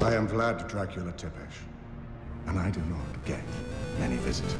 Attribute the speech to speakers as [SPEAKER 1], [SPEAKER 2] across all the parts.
[SPEAKER 1] I am Vlad Dracula Tepesh, and I do not get many visitors.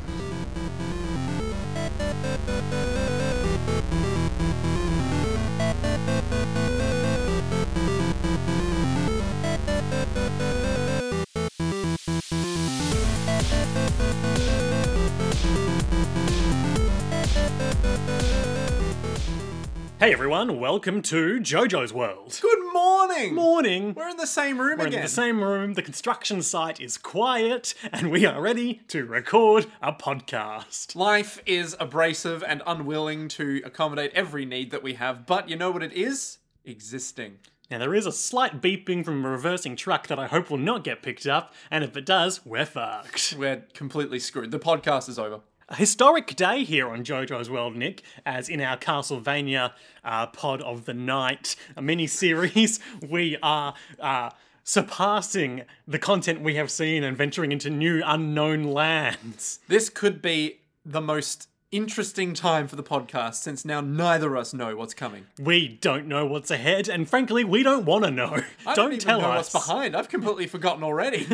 [SPEAKER 2] Hey everyone, welcome to JoJo's World.
[SPEAKER 3] Good morning.
[SPEAKER 2] Morning.
[SPEAKER 3] We're in the same room
[SPEAKER 2] We're in
[SPEAKER 3] again.
[SPEAKER 2] the same room, the construction site is quiet, and we are ready to record a podcast.
[SPEAKER 3] Life is abrasive and unwilling to accommodate every need that we have, but you know what it is? Existing.
[SPEAKER 2] Now, there is a slight beeping from a reversing truck that I hope will not get picked up, and if it does, we're fucked.
[SPEAKER 3] We're completely screwed. The podcast is over.
[SPEAKER 2] A historic day here on JoJo's World, Nick, as in our Castlevania uh, Pod of the Night mini series, we are uh, surpassing the content we have seen and venturing into new unknown lands.
[SPEAKER 3] This could be the most interesting time for the podcast since now neither of us know what's coming.
[SPEAKER 2] We don't know what's ahead, and frankly, we don't want to know.
[SPEAKER 3] I
[SPEAKER 2] don't
[SPEAKER 3] don't, even
[SPEAKER 2] tell
[SPEAKER 3] know
[SPEAKER 2] us.
[SPEAKER 3] what's behind. I've completely forgotten already.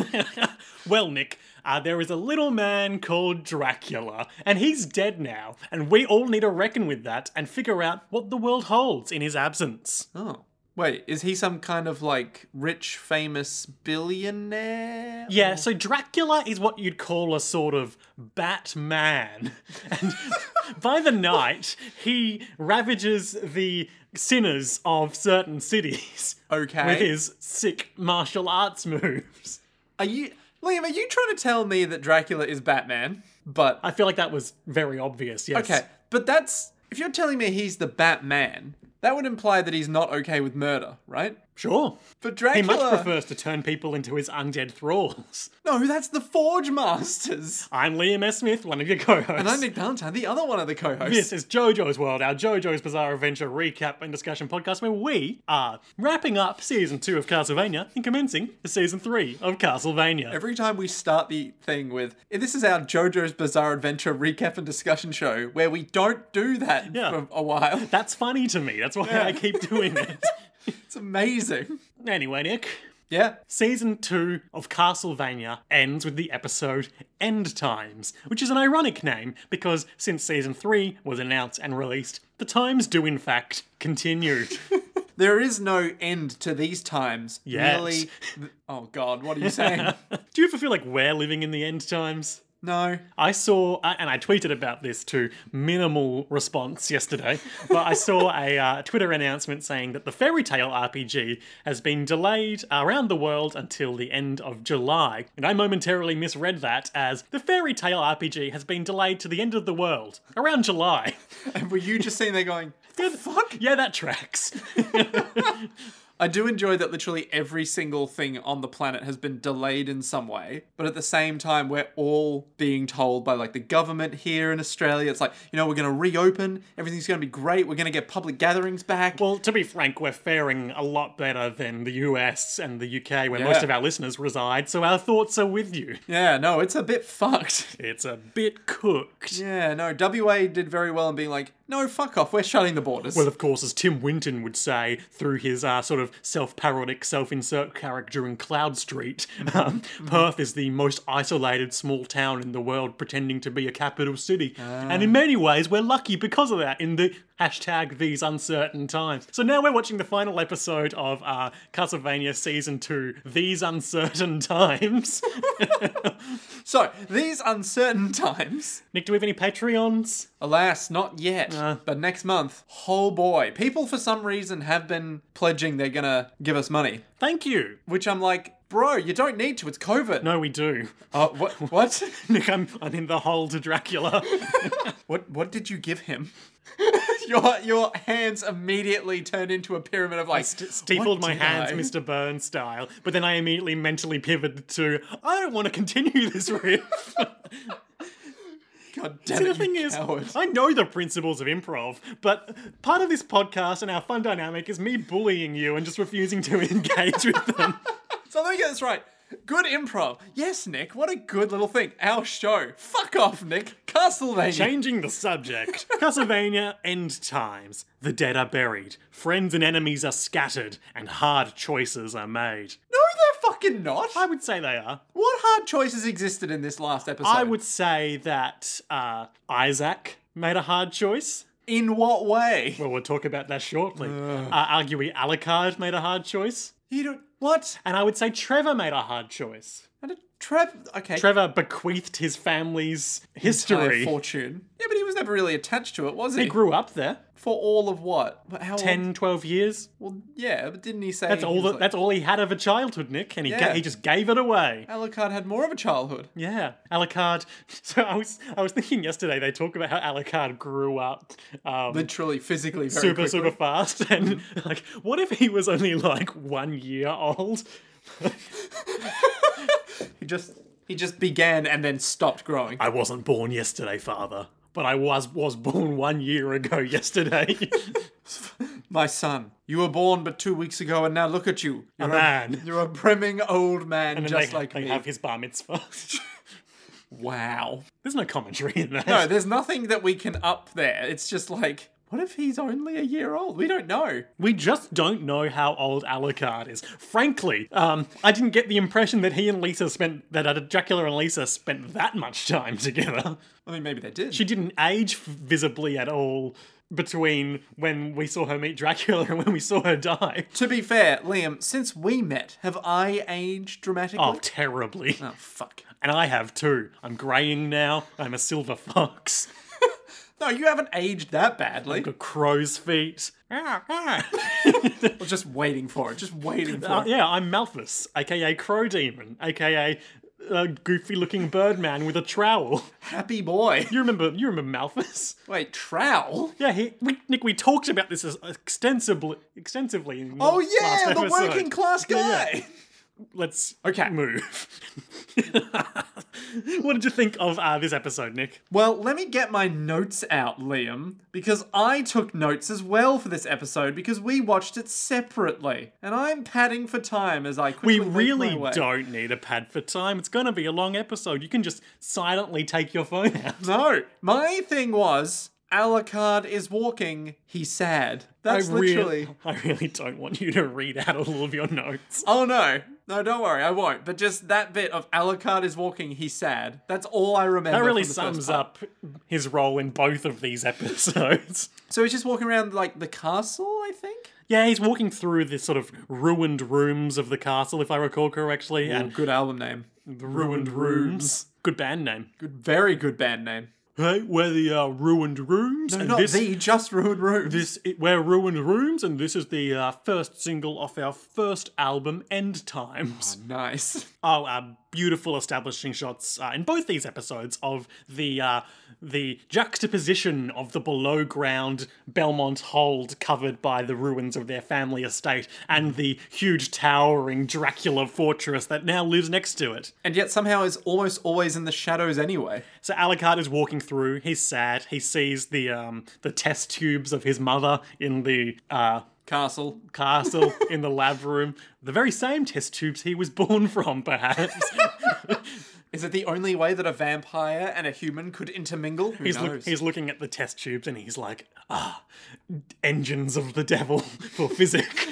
[SPEAKER 2] Well, Nick, uh, there is a little man called Dracula, and he's dead now, and we all need to reckon with that and figure out what the world holds in his absence.
[SPEAKER 3] oh. Wait, is he some kind of like rich, famous billionaire?
[SPEAKER 2] Yeah, so Dracula is what you'd call a sort of Batman. And by the night, he ravages the sinners of certain cities
[SPEAKER 3] Okay.
[SPEAKER 2] with his sick martial arts moves.
[SPEAKER 3] Are you Liam, are you trying to tell me that Dracula is Batman? But
[SPEAKER 2] I feel like that was very obvious, yes.
[SPEAKER 3] Okay, but that's if you're telling me he's the Batman, that would imply that he's not okay with murder, right?
[SPEAKER 2] Sure.
[SPEAKER 3] But Dracula,
[SPEAKER 2] He much prefers to turn people into his undead thralls.
[SPEAKER 3] no, that's the Forge Masters.
[SPEAKER 2] I'm Liam S. Smith, one of your co hosts.
[SPEAKER 3] And I'm Nick Valentine, the other one of the co-hosts.
[SPEAKER 2] This is JoJo's World, our JoJo's Bizarre Adventure recap and discussion podcast, where we are wrapping up season two of Castlevania and commencing the season three of Castlevania.
[SPEAKER 3] Every time we start the thing with this is our JoJo's Bizarre Adventure recap and discussion show, where we don't do that
[SPEAKER 2] Yeah.
[SPEAKER 3] for a while.
[SPEAKER 2] That's funny to me. That's why I keep doing it.
[SPEAKER 3] It's amazing.
[SPEAKER 2] anyway, Nick,
[SPEAKER 3] Yeah.
[SPEAKER 2] season two of Castlevania ends with the episode End Times, which is an ironic name because since season three was announced and released, the times do in fact continue.
[SPEAKER 3] There is no end to these times.
[SPEAKER 2] Yes.
[SPEAKER 3] Merely th- oh god, what are you saying?
[SPEAKER 2] do you ever feel like we're living in the end times?
[SPEAKER 3] no.
[SPEAKER 2] I saw, uh, and I tweeted about this to minimal response yesterday, but I saw a uh, Twitter announcement saying that the fairy tale RPG has been delayed around the world until the end of July. And I momentarily misread that as the fairy tale RPG has been delayed to the end of the world around July.
[SPEAKER 3] And were you just sitting there going, the fuck?
[SPEAKER 2] Yeah, that tracks.
[SPEAKER 3] I do enjoy that literally every single thing on the planet has been delayed in some way, but at the same time, we're all being told by like the government here in Australia, it's like, you know, we're going to reopen, everything's going to be great, we're going to get public gatherings back.
[SPEAKER 2] well, to be frank, we're faring a lot better than the US and the UK, where most
[SPEAKER 3] Yeah.
[SPEAKER 2] of our listeners reside, so our thoughts are with you.
[SPEAKER 3] yeah, no, it's a bit fucked.
[SPEAKER 2] It's a bit cooked.
[SPEAKER 3] Yeah, no, WA did very well in being like, no, fuck off, we're shutting the borders.
[SPEAKER 2] Well, of course, as Tim Winton would say through his uh, sort of self parodic, self insert character in Cloud Street, um, Perth is the most isolated small town in the world pretending to be a capital city. And in many ways, we're lucky because of that in the hashtag these uncertain times. So now we're watching the final episode of uh, Castlevania Season 2, These Uncertain Times.
[SPEAKER 3] so, these uncertain times,
[SPEAKER 2] Nick, do we have any Patreons?
[SPEAKER 3] alas, not yet, but next month, oh boy, people for some reason have been pledging they're going to give us money.
[SPEAKER 2] Thank you.
[SPEAKER 3] Which I'm like, bro, you don't need to. It's COVID.
[SPEAKER 2] No, we do.
[SPEAKER 3] Uh, what? What?
[SPEAKER 2] Nick, I'm, I'm in the hole to Dracula.
[SPEAKER 3] what? What did you give him? your your hands immediately turned into a pyramid of like
[SPEAKER 2] st- steepled
[SPEAKER 3] "What
[SPEAKER 2] my
[SPEAKER 3] did
[SPEAKER 2] hands,
[SPEAKER 3] I?"
[SPEAKER 2] Mr. Burns style. But then I immediately mentally pivoted to, I don't want to continue this riff.
[SPEAKER 3] God damn
[SPEAKER 2] See,
[SPEAKER 3] it,
[SPEAKER 2] the thing
[SPEAKER 3] you
[SPEAKER 2] is,
[SPEAKER 3] coward.
[SPEAKER 2] I know the principles of improv, but part of this podcast and our fun dynamic is me bullying you and just refusing to engage with them.
[SPEAKER 3] so let me get this right. Good improv. Yes, Nick. What a good little thing. Our show. Fuck off, Nick. Castlevania.
[SPEAKER 2] Changing the subject. Castlevania End Times. The dead are buried. Friends and enemies are scattered, and hard choices are made.
[SPEAKER 3] no, they're fucking not.
[SPEAKER 2] I would say they are.
[SPEAKER 3] What hard choices existed in this last episode?
[SPEAKER 2] I would say that uh, Isaac made a hard choice.
[SPEAKER 3] In what way?
[SPEAKER 2] Well, we'll talk about that shortly. Uh, arguably, Alucard made a hard choice.
[SPEAKER 3] You don't. What?
[SPEAKER 2] And I would say Trevor made a hard choice.
[SPEAKER 3] And a Trev. Okay.
[SPEAKER 2] Trevor bequeathed his family's
[SPEAKER 3] entire
[SPEAKER 2] history.
[SPEAKER 3] fortune. Yeah, but he was never really attached to it, was he?
[SPEAKER 2] He grew up there.
[SPEAKER 3] For all of what? But How
[SPEAKER 2] 10, 12 years.
[SPEAKER 3] Old? Well, yeah, but didn't he say
[SPEAKER 2] That's all.
[SPEAKER 3] he was
[SPEAKER 2] That, that's all he had of a childhood, Nick, and he
[SPEAKER 3] Yeah.
[SPEAKER 2] ga- he just gave it away.
[SPEAKER 3] like, Alucard had more of a childhood.
[SPEAKER 2] Yeah, Alucard. So I was I was thinking yesterday they talk about how Alucard grew up um,
[SPEAKER 3] Literally, physically, very
[SPEAKER 2] super
[SPEAKER 3] quickly.
[SPEAKER 2] super fast, and like, what if he was only like one year old?
[SPEAKER 3] He just he just began and then stopped growing.
[SPEAKER 2] I wasn't born yesterday, Father, but I was was born one year ago yesterday.
[SPEAKER 3] My son, you were born but two weeks ago, and now look at you. You're
[SPEAKER 2] man.
[SPEAKER 3] You're a brimming old man,
[SPEAKER 2] And
[SPEAKER 3] just
[SPEAKER 2] they,
[SPEAKER 3] like
[SPEAKER 2] they
[SPEAKER 3] me.
[SPEAKER 2] have his bar mitzvah.
[SPEAKER 3] Wow.
[SPEAKER 2] There's no commentary in that.
[SPEAKER 3] No, there's nothing that we can up there. It's just like, what if he's only a year old? We don't know.
[SPEAKER 2] We just don't know how old Alucard is. Frankly, um, I didn't get the impression that he and Lisa spent that uh, Dracula and Lisa spent that much time together.
[SPEAKER 3] I mean, maybe they did.
[SPEAKER 2] She didn't age visibly at all between when we saw her meet Dracula and when we saw her die.
[SPEAKER 3] to be fair, Liam, since we met, have I aged dramatically?
[SPEAKER 2] Oh, terribly.
[SPEAKER 3] Oh, fuck.
[SPEAKER 2] And I have too. I'm greying now. I'm a silver fox.
[SPEAKER 3] No, you haven't aged that badly.
[SPEAKER 2] Got crow's feet. Uh,
[SPEAKER 3] I was just waiting for it. Just waiting for it.
[SPEAKER 2] yeah, I'm Malthus, aka Crow Demon, aka a goofy looking birdman with a trowel.
[SPEAKER 3] Happy boy.
[SPEAKER 2] You remember? You remember Malthus?
[SPEAKER 3] Wait, trowel?
[SPEAKER 2] Yeah, he, we, Nick. We talked about this as extensively, extensively. In
[SPEAKER 3] Oh,
[SPEAKER 2] the last
[SPEAKER 3] yeah, the
[SPEAKER 2] episode.
[SPEAKER 3] working class guy.
[SPEAKER 2] Yeah, yeah. Let's
[SPEAKER 3] Okay.
[SPEAKER 2] move. what did you think of uh, this episode, Nick?
[SPEAKER 3] Well, let me get my notes out, Liam, because I took notes as well for this episode because we watched it separately, and I'm padding for time as I
[SPEAKER 2] We
[SPEAKER 3] quickly make
[SPEAKER 2] really
[SPEAKER 3] my way.
[SPEAKER 2] don't need a pad for time. It's going to be a long episode. You can just silently take your phone out.
[SPEAKER 3] No, my thing was Alucard is walking. He's sad. That's
[SPEAKER 2] I
[SPEAKER 3] literally.
[SPEAKER 2] Really, I really don't want you to read out all of your notes.
[SPEAKER 3] Oh no, no, don't worry, I won't. But just that bit of Alucard is walking. He's sad. That's all I remember.
[SPEAKER 2] That really
[SPEAKER 3] from the
[SPEAKER 2] sums
[SPEAKER 3] first part.
[SPEAKER 2] up his role in both of these episodes.
[SPEAKER 3] So he's just walking around like the castle, I think.
[SPEAKER 2] Yeah, he's walking through the sort of ruined rooms of the castle, if I recall correctly, and
[SPEAKER 3] good album name.
[SPEAKER 2] the ruined rooms. Good band name.
[SPEAKER 3] Good, very good band name.
[SPEAKER 2] Right, where the uh, ruined rooms. and
[SPEAKER 3] Not
[SPEAKER 2] this,
[SPEAKER 3] the just ruined room.
[SPEAKER 2] this it, we're ruined rooms, and this is the uh, first single off our first album, End Times.
[SPEAKER 3] Nice.
[SPEAKER 2] Oh, uh, beautiful establishing shots uh, in both these episodes of the uh, the juxtaposition of the below ground Belmont hold covered by the ruins of their family estate and the huge towering Dracula fortress that now lives next to it.
[SPEAKER 3] And yet somehow is almost always in the shadows anyway.
[SPEAKER 2] So Alucard is walking through. He's sad. He sees the um, the test tubes of his mother in the uh,
[SPEAKER 3] Castle.
[SPEAKER 2] castle in the lab room. The very same test tubes he was born from, perhaps.
[SPEAKER 3] Is it the only way that a vampire and a human could intermingle? Who
[SPEAKER 2] He's,
[SPEAKER 3] knows?
[SPEAKER 2] look- he's looking at the test tubes and he's like, ah, engines of the devil for physics.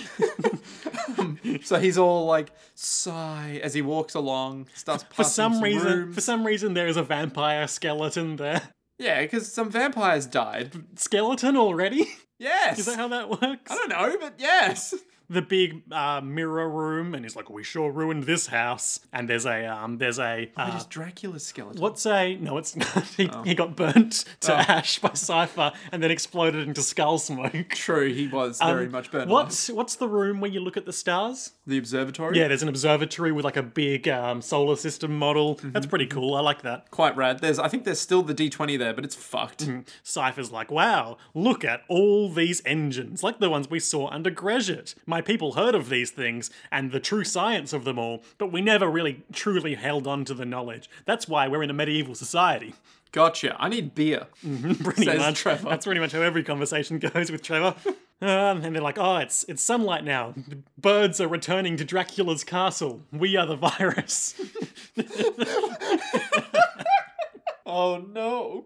[SPEAKER 3] so he's all like sigh as he walks along, starts
[SPEAKER 2] for some reason,
[SPEAKER 3] Rooms.
[SPEAKER 2] for some reason, there is a vampire skeleton there.
[SPEAKER 3] yeah, because some vampires died.
[SPEAKER 2] Skeleton already?
[SPEAKER 3] Yes.
[SPEAKER 2] Is that how that works?
[SPEAKER 3] I don't know, but yes.
[SPEAKER 2] The big uh, mirror room, and he's like, "We sure ruined this house." And there's a, um, there's a,
[SPEAKER 3] It
[SPEAKER 2] uh,
[SPEAKER 3] is Dracula's skeleton.
[SPEAKER 2] what's a? No, it's not. He, he got burnt to
[SPEAKER 3] Oh.
[SPEAKER 2] ash by Cipher, and then exploded into skull smoke.
[SPEAKER 3] True, he was very
[SPEAKER 2] Um,
[SPEAKER 3] much burnt. alive.
[SPEAKER 2] What's what's the room where you look at the stars?
[SPEAKER 3] the observatory?
[SPEAKER 2] Yeah, there's an observatory with like a big um, solar system model.
[SPEAKER 3] Mm-hmm.
[SPEAKER 2] That's pretty cool. I like that.
[SPEAKER 3] Quite rad. There's I think there's still the D twenty there, but it's fucked.
[SPEAKER 2] Mm-hmm. Cypher's like, wow, look at all these engines, like the ones we saw under Greshit. My people heard of these things and the true science of them all, but we never really truly held on to the knowledge. That's why we're in a medieval society.
[SPEAKER 3] Gotcha. I need beer.
[SPEAKER 2] Mm-hmm. Pretty
[SPEAKER 3] Says
[SPEAKER 2] much.
[SPEAKER 3] Trevor.
[SPEAKER 2] That's pretty much how every conversation goes with Trevor. Um, and they're like, oh, it's it's sunlight now. Birds are returning to Dracula's castle. We are the virus.
[SPEAKER 3] Oh no.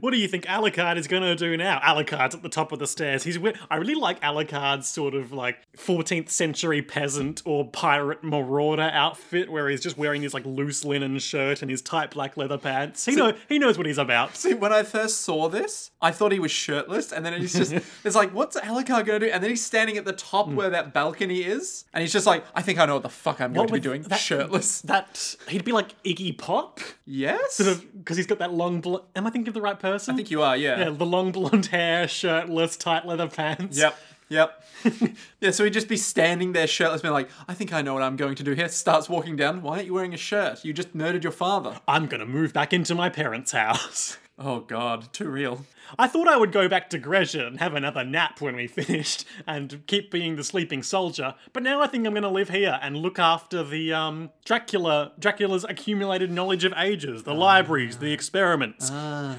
[SPEAKER 2] What do you think Alucard is going to do now? Alucard's at the top of the stairs. He's. wi- I really like Alucard's sort of like 14th century peasant or pirate marauder outfit where he's just wearing his like loose linen shirt and his tight black leather pants. He know he knows what he's about.
[SPEAKER 3] See, when I first saw this, I thought he was shirtless, and then he's just, it's like, what's Alucard gonna do? And then he's standing at the top
[SPEAKER 2] Mm.
[SPEAKER 3] where that balcony is, and he's just like, I think I know what the fuck I'm going to be
[SPEAKER 2] with
[SPEAKER 3] doing.
[SPEAKER 2] that-
[SPEAKER 3] shirtless.
[SPEAKER 2] That he'd be like Iggy Pop
[SPEAKER 3] Yes?
[SPEAKER 2] because he's got that long bl- am I thinking of the right person?
[SPEAKER 3] I think you are,
[SPEAKER 2] yeah, the long blonde hair, shirtless, tight leather pants.
[SPEAKER 3] Yep. Yep. yeah, so he'd just be standing there shirtless, being like, I think I know what I'm going to do here. Starts walking down. Why aren't you wearing a shirt? You just murdered your father.
[SPEAKER 2] I'm going to move back into my parents' house.
[SPEAKER 3] Oh, God. Too real.
[SPEAKER 2] I thought I would go back to Gresham and have another nap when we finished and keep being the sleeping soldier, but now I think I'm going to live here and look after the um, Dracula, Dracula's accumulated knowledge of ages, the libraries, the experiments.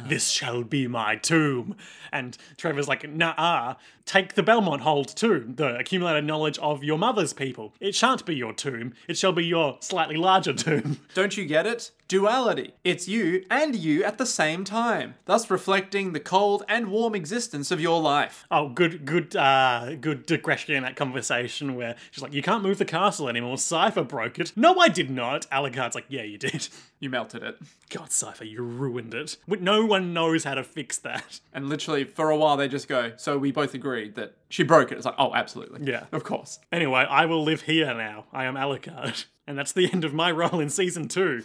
[SPEAKER 2] This shall be my tomb. And Trevor's like, nah, take the Belmont hold too, the accumulated knowledge of your mother's people. It shan't be your tomb, it shall be your slightly larger tomb.
[SPEAKER 3] Don't you get it? Duality. It's you and you at the same time, thus reflecting the cold and warm existence of your life.
[SPEAKER 2] Oh, good, good, uh, good digression in that conversation where she's like, "You can't move the castle anymore." Cipher broke it. No, I did not. Alucard's like, "Yeah, you did."
[SPEAKER 3] You melted it.
[SPEAKER 2] God, Cipher, you ruined it. But No one knows how to fix that.
[SPEAKER 3] And literally, for a while, they just go, So we both agreed that she broke it. It's like, Oh, absolutely.
[SPEAKER 2] Yeah.
[SPEAKER 3] Of course.
[SPEAKER 2] Anyway, I will live here now. I am Alucard, and that's the end of my role in season two.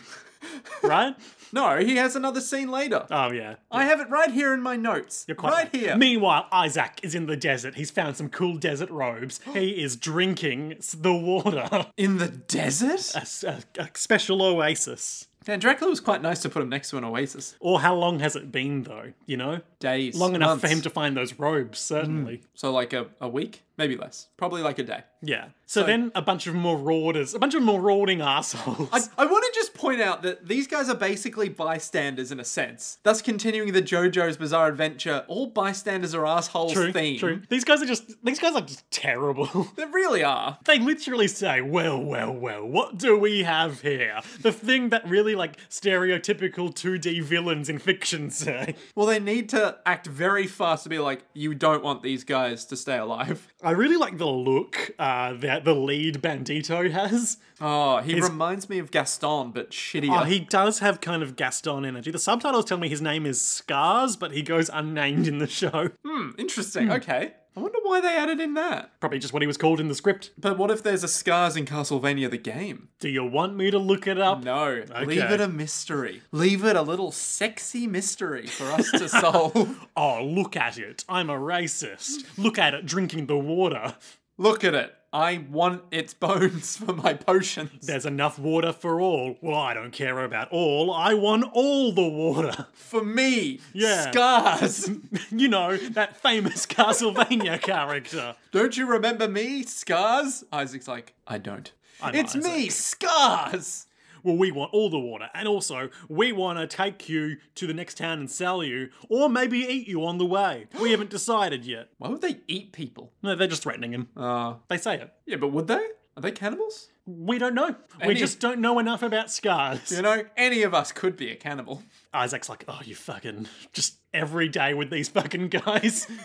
[SPEAKER 2] right?
[SPEAKER 3] No, he has another scene later.
[SPEAKER 2] Oh yeah.
[SPEAKER 3] I have it right here in my notes.
[SPEAKER 2] You're quite
[SPEAKER 3] right
[SPEAKER 2] right.
[SPEAKER 3] here.
[SPEAKER 2] Meanwhile, Isaac is in the desert. He's found some cool desert robes. He is drinking s- the water.
[SPEAKER 3] in the desert?
[SPEAKER 2] a, s- a- a special oasis.
[SPEAKER 3] Dan Dracula was quite nice to put him next to an oasis.
[SPEAKER 2] Or how long has it been though? You know,
[SPEAKER 3] Days.
[SPEAKER 2] long enough for
[SPEAKER 3] months. Mm.
[SPEAKER 2] him to find those robes, certainly.
[SPEAKER 3] So, like a, a week? Maybe less. Probably like a day.
[SPEAKER 2] Yeah. So, then a bunch of marauders, a bunch of marauding assholes.
[SPEAKER 3] I, I want to just point out that these guys are basically bystanders in a sense, thus continuing the JoJo's Bizarre Adventure, all bystanders are assholes
[SPEAKER 2] true,
[SPEAKER 3] theme.
[SPEAKER 2] true. These guys are just these guys are just terrible.
[SPEAKER 3] They really are.
[SPEAKER 2] they literally say, "Well, well, well, what do we have here?" The thing that really like stereotypical 2D villains in fiction say.
[SPEAKER 3] Well, they need to act very fast to be like, you don't want these guys to stay alive.
[SPEAKER 2] I really like the look uh, that the lead bandito has.
[SPEAKER 3] Oh, he reminds me of Gaston, but shittier.
[SPEAKER 2] Oh, he does have kind of Gaston energy. The subtitles tell me his name is Scars, but he goes unnamed in the show.
[SPEAKER 3] Hmm, interesting. Okay. I wonder why they added in that.
[SPEAKER 2] Probably just what he was called in the script.
[SPEAKER 3] But what if there's a Scars in Castlevania the game?
[SPEAKER 2] Do you want me to look it up?
[SPEAKER 3] No. Leave it a mystery. Leave it a little sexy mystery for us to solve.
[SPEAKER 2] Oh, look at it. I'm a racist. Look at it drinking the water.
[SPEAKER 3] Look at it. I want its bones for my potions.
[SPEAKER 2] There's enough water for all. Well, I don't care about all. I want all the water.
[SPEAKER 3] For me.
[SPEAKER 2] Yeah.
[SPEAKER 3] Scars.
[SPEAKER 2] you know, that famous Castlevania character.
[SPEAKER 3] Don't you remember me, Scars? Isaac's like, I don't.
[SPEAKER 2] I'm
[SPEAKER 3] it's me,
[SPEAKER 2] Isaac.
[SPEAKER 3] Scars.
[SPEAKER 2] Well, we want all the water. And also, we want to take you to the next town and sell you, or maybe eat you on the way. We haven't decided yet.
[SPEAKER 3] Why would they eat people?
[SPEAKER 2] No, they're just threatening him.
[SPEAKER 3] Uh,
[SPEAKER 2] They say it.
[SPEAKER 3] yeah, but would they? Are they cannibals?
[SPEAKER 2] We don't know. We
[SPEAKER 3] Any-
[SPEAKER 2] just don't know enough about scars.
[SPEAKER 3] You know, any of us could be a cannibal.
[SPEAKER 2] Isaac's like, oh, you fucking just every day with these fucking guys.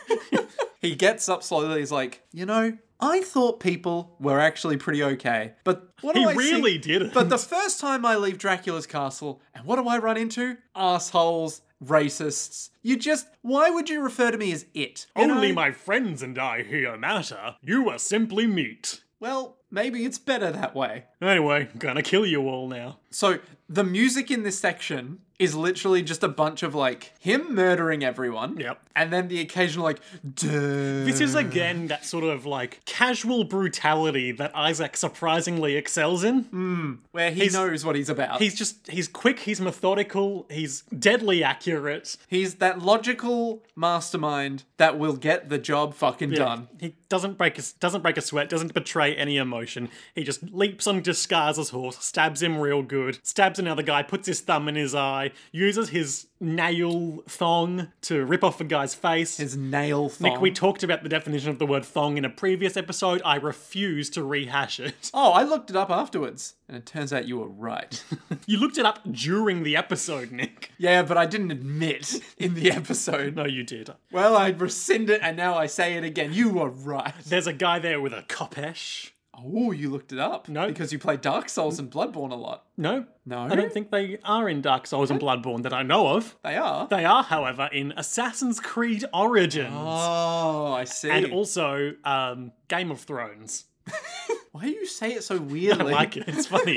[SPEAKER 3] He gets up slowly. He's like, you know, I thought people were actually pretty okay, but what do
[SPEAKER 2] He
[SPEAKER 3] I see-
[SPEAKER 2] really didn't.
[SPEAKER 3] But the first time I leave Dracula's castle, and what do I run into? Assholes, racists. You just why would you refer to me as it? You know?
[SPEAKER 2] Only my friends and I here matter. You are simply meat.
[SPEAKER 3] Well, maybe it's better that way.
[SPEAKER 2] Anyway, gonna kill you all now.
[SPEAKER 3] So the music in this section is literally just a bunch of like him murdering everyone.
[SPEAKER 2] Yep.
[SPEAKER 3] And then the occasional like duh.
[SPEAKER 2] This is again that sort of like casual brutality that Isaac surprisingly excels in.
[SPEAKER 3] where he knows what he's about.
[SPEAKER 2] He's just he's quick, he's methodical, he's deadly accurate.
[SPEAKER 3] He's that logical mastermind that will get the job fucking done.
[SPEAKER 2] He doesn't break his, doesn't break a sweat, doesn't betray any emotion. He just leaps on Disguise's horse, stabs him real good, stabs grabs another guy, puts his thumb in his eye, uses his nail thong to rip off a guy's face.
[SPEAKER 3] His nail thong.
[SPEAKER 2] Nick, we talked about the definition of the word thong in a previous episode. I refuse to rehash it.
[SPEAKER 3] oh, I looked it up afterwards, and it turns out you were right.
[SPEAKER 2] You looked it up during the episode, Nick.
[SPEAKER 3] yeah, but I didn't admit in the episode.
[SPEAKER 2] No, you did.
[SPEAKER 3] Well, I rescind it, and now I say it again. You were right.
[SPEAKER 2] There's a guy there with a kopesh.
[SPEAKER 3] Oh, you looked it up.
[SPEAKER 2] No.
[SPEAKER 3] Because you play Dark Souls and Bloodborne a lot.
[SPEAKER 2] No?
[SPEAKER 3] No.
[SPEAKER 2] I don't think they are in Dark Souls and Bloodborne that I know of.
[SPEAKER 3] They are.
[SPEAKER 2] They are, however, in Assassin's Creed Origins.
[SPEAKER 3] oh, I see.
[SPEAKER 2] And also um, Game of Thrones.
[SPEAKER 3] Why do you say it so weirdly?
[SPEAKER 2] I like it. It's funny.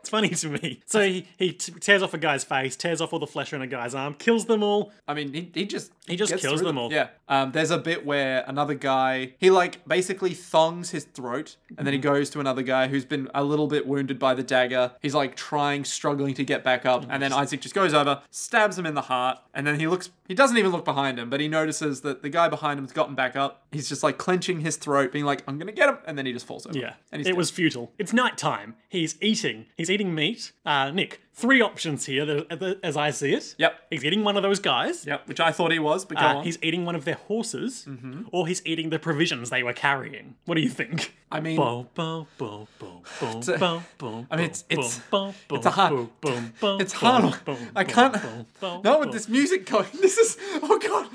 [SPEAKER 2] it's funny to me. So he, he t- tears off a guy's face, tears off all the flesh on a guy's arm, kills them all.
[SPEAKER 3] I mean, he, he just
[SPEAKER 2] He just
[SPEAKER 3] gets
[SPEAKER 2] kills
[SPEAKER 3] through
[SPEAKER 2] them all.
[SPEAKER 3] Yeah. Um, there's a bit where another guy he like basically thongs his throat, and then he
[SPEAKER 2] Mm-hmm.
[SPEAKER 3] goes to another guy who's been a little bit wounded by the dagger. He's like trying, struggling to get back up, and then Isaac just goes over, stabs him in the heart, and then he looks. He doesn't even look behind him, but he notices that the guy behind him's gotten back up. He's just like clenching his throat, being like, "I'm gonna get him," and then he just falls over.
[SPEAKER 2] Yeah.
[SPEAKER 3] And
[SPEAKER 2] It
[SPEAKER 3] he's dead.
[SPEAKER 2] was futile. It's nighttime. He's eating. He's eating meat. Uh, Nick, three options here that- as I see it.
[SPEAKER 3] Yep.
[SPEAKER 2] He's eating one of those guys.
[SPEAKER 3] Yep. Which I thought he was, but go
[SPEAKER 2] Uh,
[SPEAKER 3] on. Mm-hmm.
[SPEAKER 2] he's eating one of their horses, or he's eating the provisions they were carrying. What do you think?
[SPEAKER 3] I mean,
[SPEAKER 2] Bo, bo, bo, bo, bo,
[SPEAKER 3] a-
[SPEAKER 2] bo, bo,
[SPEAKER 3] I mean, it's-
[SPEAKER 2] bo,
[SPEAKER 3] it's-
[SPEAKER 2] bo, bo,
[SPEAKER 3] it's a hard-
[SPEAKER 2] bo, bo, bo,
[SPEAKER 3] It's
[SPEAKER 2] bo,
[SPEAKER 3] hard.
[SPEAKER 2] bo,
[SPEAKER 3] I
[SPEAKER 2] bo,
[SPEAKER 3] can't.
[SPEAKER 2] bo, bo,
[SPEAKER 3] Not with
[SPEAKER 2] bo.
[SPEAKER 3] this music going. This is. Oh god.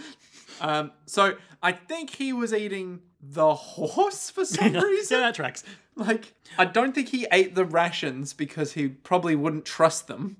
[SPEAKER 3] Um. So I think he was eating the horse for some
[SPEAKER 2] Yeah,
[SPEAKER 3] reason.
[SPEAKER 2] that tracks.
[SPEAKER 3] Like I don't think he ate the rations because he probably wouldn't trust them.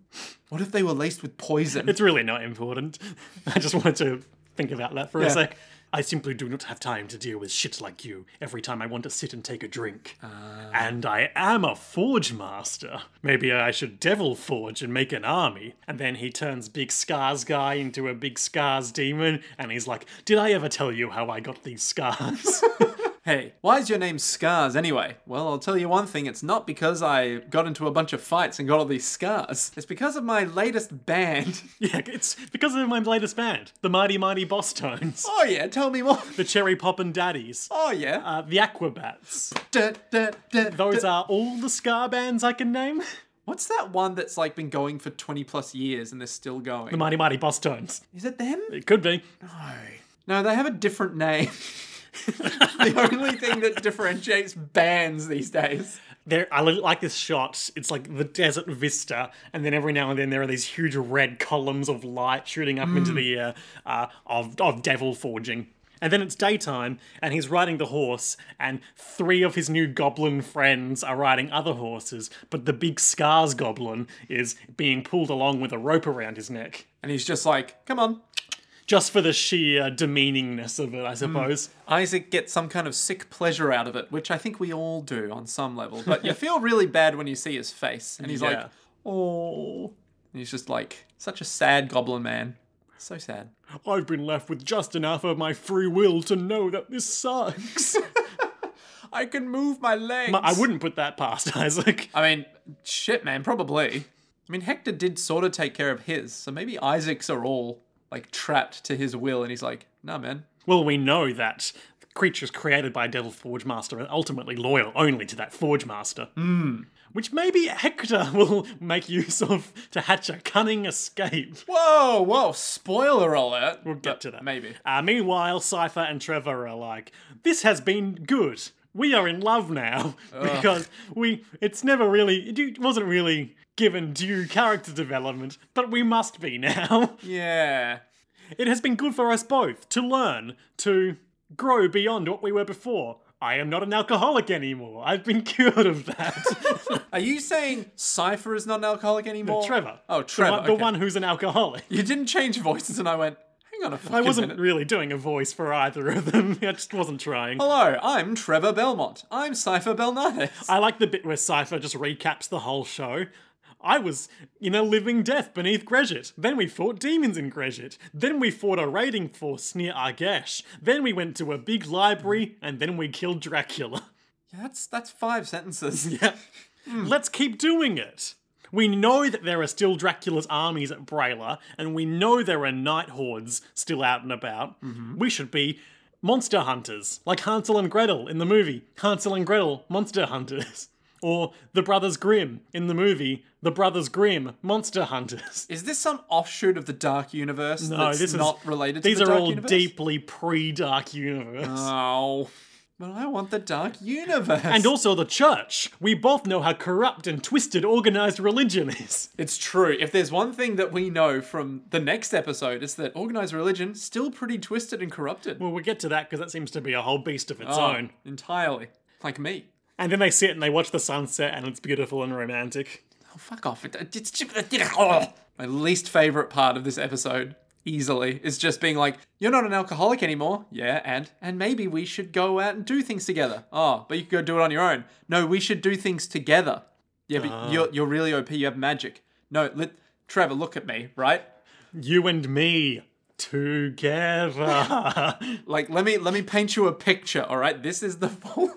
[SPEAKER 3] What if they were laced with poison?
[SPEAKER 2] It's really not important. I just wanted to think about that for
[SPEAKER 3] Yeah.
[SPEAKER 2] a sec. I simply do not have time to deal with shit like you every time I want to sit and take a drink.
[SPEAKER 3] Ah.
[SPEAKER 2] And I am a forge master. Maybe I should devil forge and make an army. And then he turns Big Scars guy into a Big Scars demon, and he's like, Did I ever tell you how I got these scars?
[SPEAKER 3] hey, why is your name Scars anyway? Well, I'll tell you one thing. It's not because I got into a bunch of fights and got all these scars. It's because of my latest band.
[SPEAKER 2] yeah, it's because of my latest band, the Mighty Mighty Boss Tones,
[SPEAKER 3] oh yeah, tell me more.
[SPEAKER 2] the Cherry Poppin' Daddies,
[SPEAKER 3] Oh yeah.
[SPEAKER 2] uh, the Aquabats.
[SPEAKER 3] Da, da, da,
[SPEAKER 2] Those
[SPEAKER 3] da.
[SPEAKER 2] are all the scar bands I can name.
[SPEAKER 3] What's that one that's like been going for 20 plus years and they're still going?
[SPEAKER 2] The Mighty Mighty Boss Tones.
[SPEAKER 3] Is it them?
[SPEAKER 2] It could be.
[SPEAKER 3] No, they have a different name. the only thing that differentiates bands these days.
[SPEAKER 2] There, I li- like this shot. It's like the desert vista, and then every now and then there are these huge red columns of light shooting up into the air uh, of of devil forging. And then it's daytime, and he's riding the horse, and three of his new goblin friends are riding other horses, but the big scars goblin is being pulled along with a rope around his neck.
[SPEAKER 3] And he's just like, come on.
[SPEAKER 2] Just for the sheer demeaningness of it, I suppose.
[SPEAKER 3] Isaac gets some kind of sick pleasure out of it, which I think we all do on some level. But you feel really bad when you see his face. And he's like,
[SPEAKER 2] Yeah.
[SPEAKER 3] oh. And he's just like, such a sad goblin man. So sad.
[SPEAKER 2] I've been left with just enough of my free will to know that this sucks.
[SPEAKER 3] I can move my legs.
[SPEAKER 2] I wouldn't put that past Isaac.
[SPEAKER 3] I mean, shit, man, probably. I mean, Hector did sort of take care of his, so maybe Isaac's are all like trapped to his will, and he's like, nah, man.
[SPEAKER 2] Well, we know that creatures created by Devil Forge Master are ultimately loyal only to that Forge Master. Which maybe Hector will make use of to hatch a cunning escape.
[SPEAKER 3] Whoa, whoa, spoiler alert. We'll
[SPEAKER 2] get to that.
[SPEAKER 3] Maybe.
[SPEAKER 2] Uh, meanwhile, Cypher and Trevor are like, this has been good. We are in love now because we it's never really it wasn't really given due character development, but we must be now.
[SPEAKER 3] Yeah.
[SPEAKER 2] It has been good for us both to learn, to grow beyond what we were before. I am not an alcoholic anymore. I've been cured of that.
[SPEAKER 3] Are you saying Cypher is not an alcoholic anymore?
[SPEAKER 2] Trevor.
[SPEAKER 3] Oh,
[SPEAKER 2] The
[SPEAKER 3] Trevor.
[SPEAKER 2] one- The,
[SPEAKER 3] okay.
[SPEAKER 2] one who's an alcoholic.
[SPEAKER 3] You didn't change voices, and I went, hang on a fucking
[SPEAKER 2] I wasn't
[SPEAKER 3] minute.
[SPEAKER 2] really doing a voice for either of them. I just wasn't trying.
[SPEAKER 3] Hello, I'm Trevor Belmont. I'm Cypher Belnades.
[SPEAKER 2] I like the bit where Cypher just recaps the whole show. I was in a living death beneath Greshit. Then we fought demons in Greshit. Then we fought a raiding force near Argesh. Then we went to a big library, and then we killed Dracula.
[SPEAKER 3] Yeah, that's, that's five sentences.
[SPEAKER 2] Yeah.
[SPEAKER 3] Hmm.
[SPEAKER 2] Let's keep doing it. We know that there are still Dracula's armies at Brayla, and we know there are night hordes still out and about.
[SPEAKER 3] Mm-hmm.
[SPEAKER 2] We should be monster hunters, like Hansel and Gretel in the movie Hansel and Gretel, monster hunters. Or The Brothers Grimm in the movie The Brothers Grimm Monster Hunters.
[SPEAKER 3] Is this some offshoot of the Dark Universe
[SPEAKER 2] No,
[SPEAKER 3] that's
[SPEAKER 2] this is
[SPEAKER 3] not related to
[SPEAKER 2] These
[SPEAKER 3] the
[SPEAKER 2] are
[SPEAKER 3] Dark
[SPEAKER 2] all
[SPEAKER 3] Universe?
[SPEAKER 2] deeply pre-Dark Universe.
[SPEAKER 3] Oh. But I want the Dark Universe.
[SPEAKER 2] and also the church. We both know how corrupt and twisted organized religion is.
[SPEAKER 3] It's true. If there's one thing that we know from the next episode, it's that organized religion still pretty twisted and corrupted.
[SPEAKER 2] Well, we'll get to that because that seems to be a whole beast of its
[SPEAKER 3] Oh,
[SPEAKER 2] own.
[SPEAKER 3] entirely. Like me.
[SPEAKER 2] And then they sit and they watch the sunset, and it's beautiful and romantic.
[SPEAKER 3] Oh, fuck off. It- it's just- oh. My least favorite part of this episode, easily, is just being like, you're not an alcoholic anymore. Yeah, and? And maybe we should go out and do things together. Oh, but you could go do it on your own. No, we should do things together. Yeah, but
[SPEAKER 2] Uh.
[SPEAKER 3] you're, you're really OP. You have magic. No, let Trevor look at me, right?
[SPEAKER 2] You and me together.
[SPEAKER 3] Like, let me let me paint you a picture. All right, this is the full.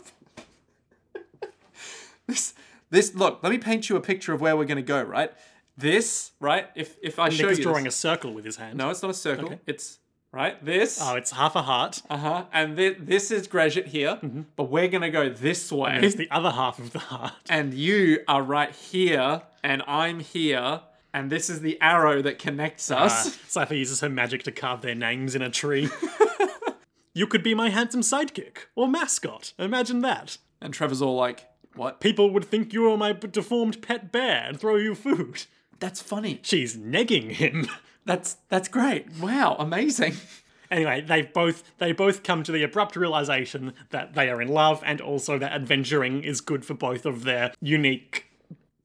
[SPEAKER 3] this this look. Let me paint you a picture of where we're gonna go. Right, this right. If if I show
[SPEAKER 2] Nick is
[SPEAKER 3] you
[SPEAKER 2] drawing
[SPEAKER 3] this,
[SPEAKER 2] a circle with his hand.
[SPEAKER 3] no, it's not a circle. It's right this.
[SPEAKER 2] Oh, it's half a heart.
[SPEAKER 3] Uh huh. And thi- this is Greshit here, but we're gonna go this way.
[SPEAKER 2] Mm-hmm. It's the other half of the heart.
[SPEAKER 3] and you are right here, and I'm here, and this is the arrow that connects
[SPEAKER 2] Uh,
[SPEAKER 3] us.
[SPEAKER 2] Cypher uses her magic to carve their names in a tree. you could be my handsome sidekick or mascot. Imagine that.
[SPEAKER 3] and Trevor's all like, "What?
[SPEAKER 2] People would think you were my b- deformed pet bear and throw you food.
[SPEAKER 3] That's funny.
[SPEAKER 2] She's negging him.
[SPEAKER 3] That's that's great. Wow, amazing."
[SPEAKER 2] Anyway, they both they both come to the abrupt realization that they are in love and also that adventuring is good for both of their unique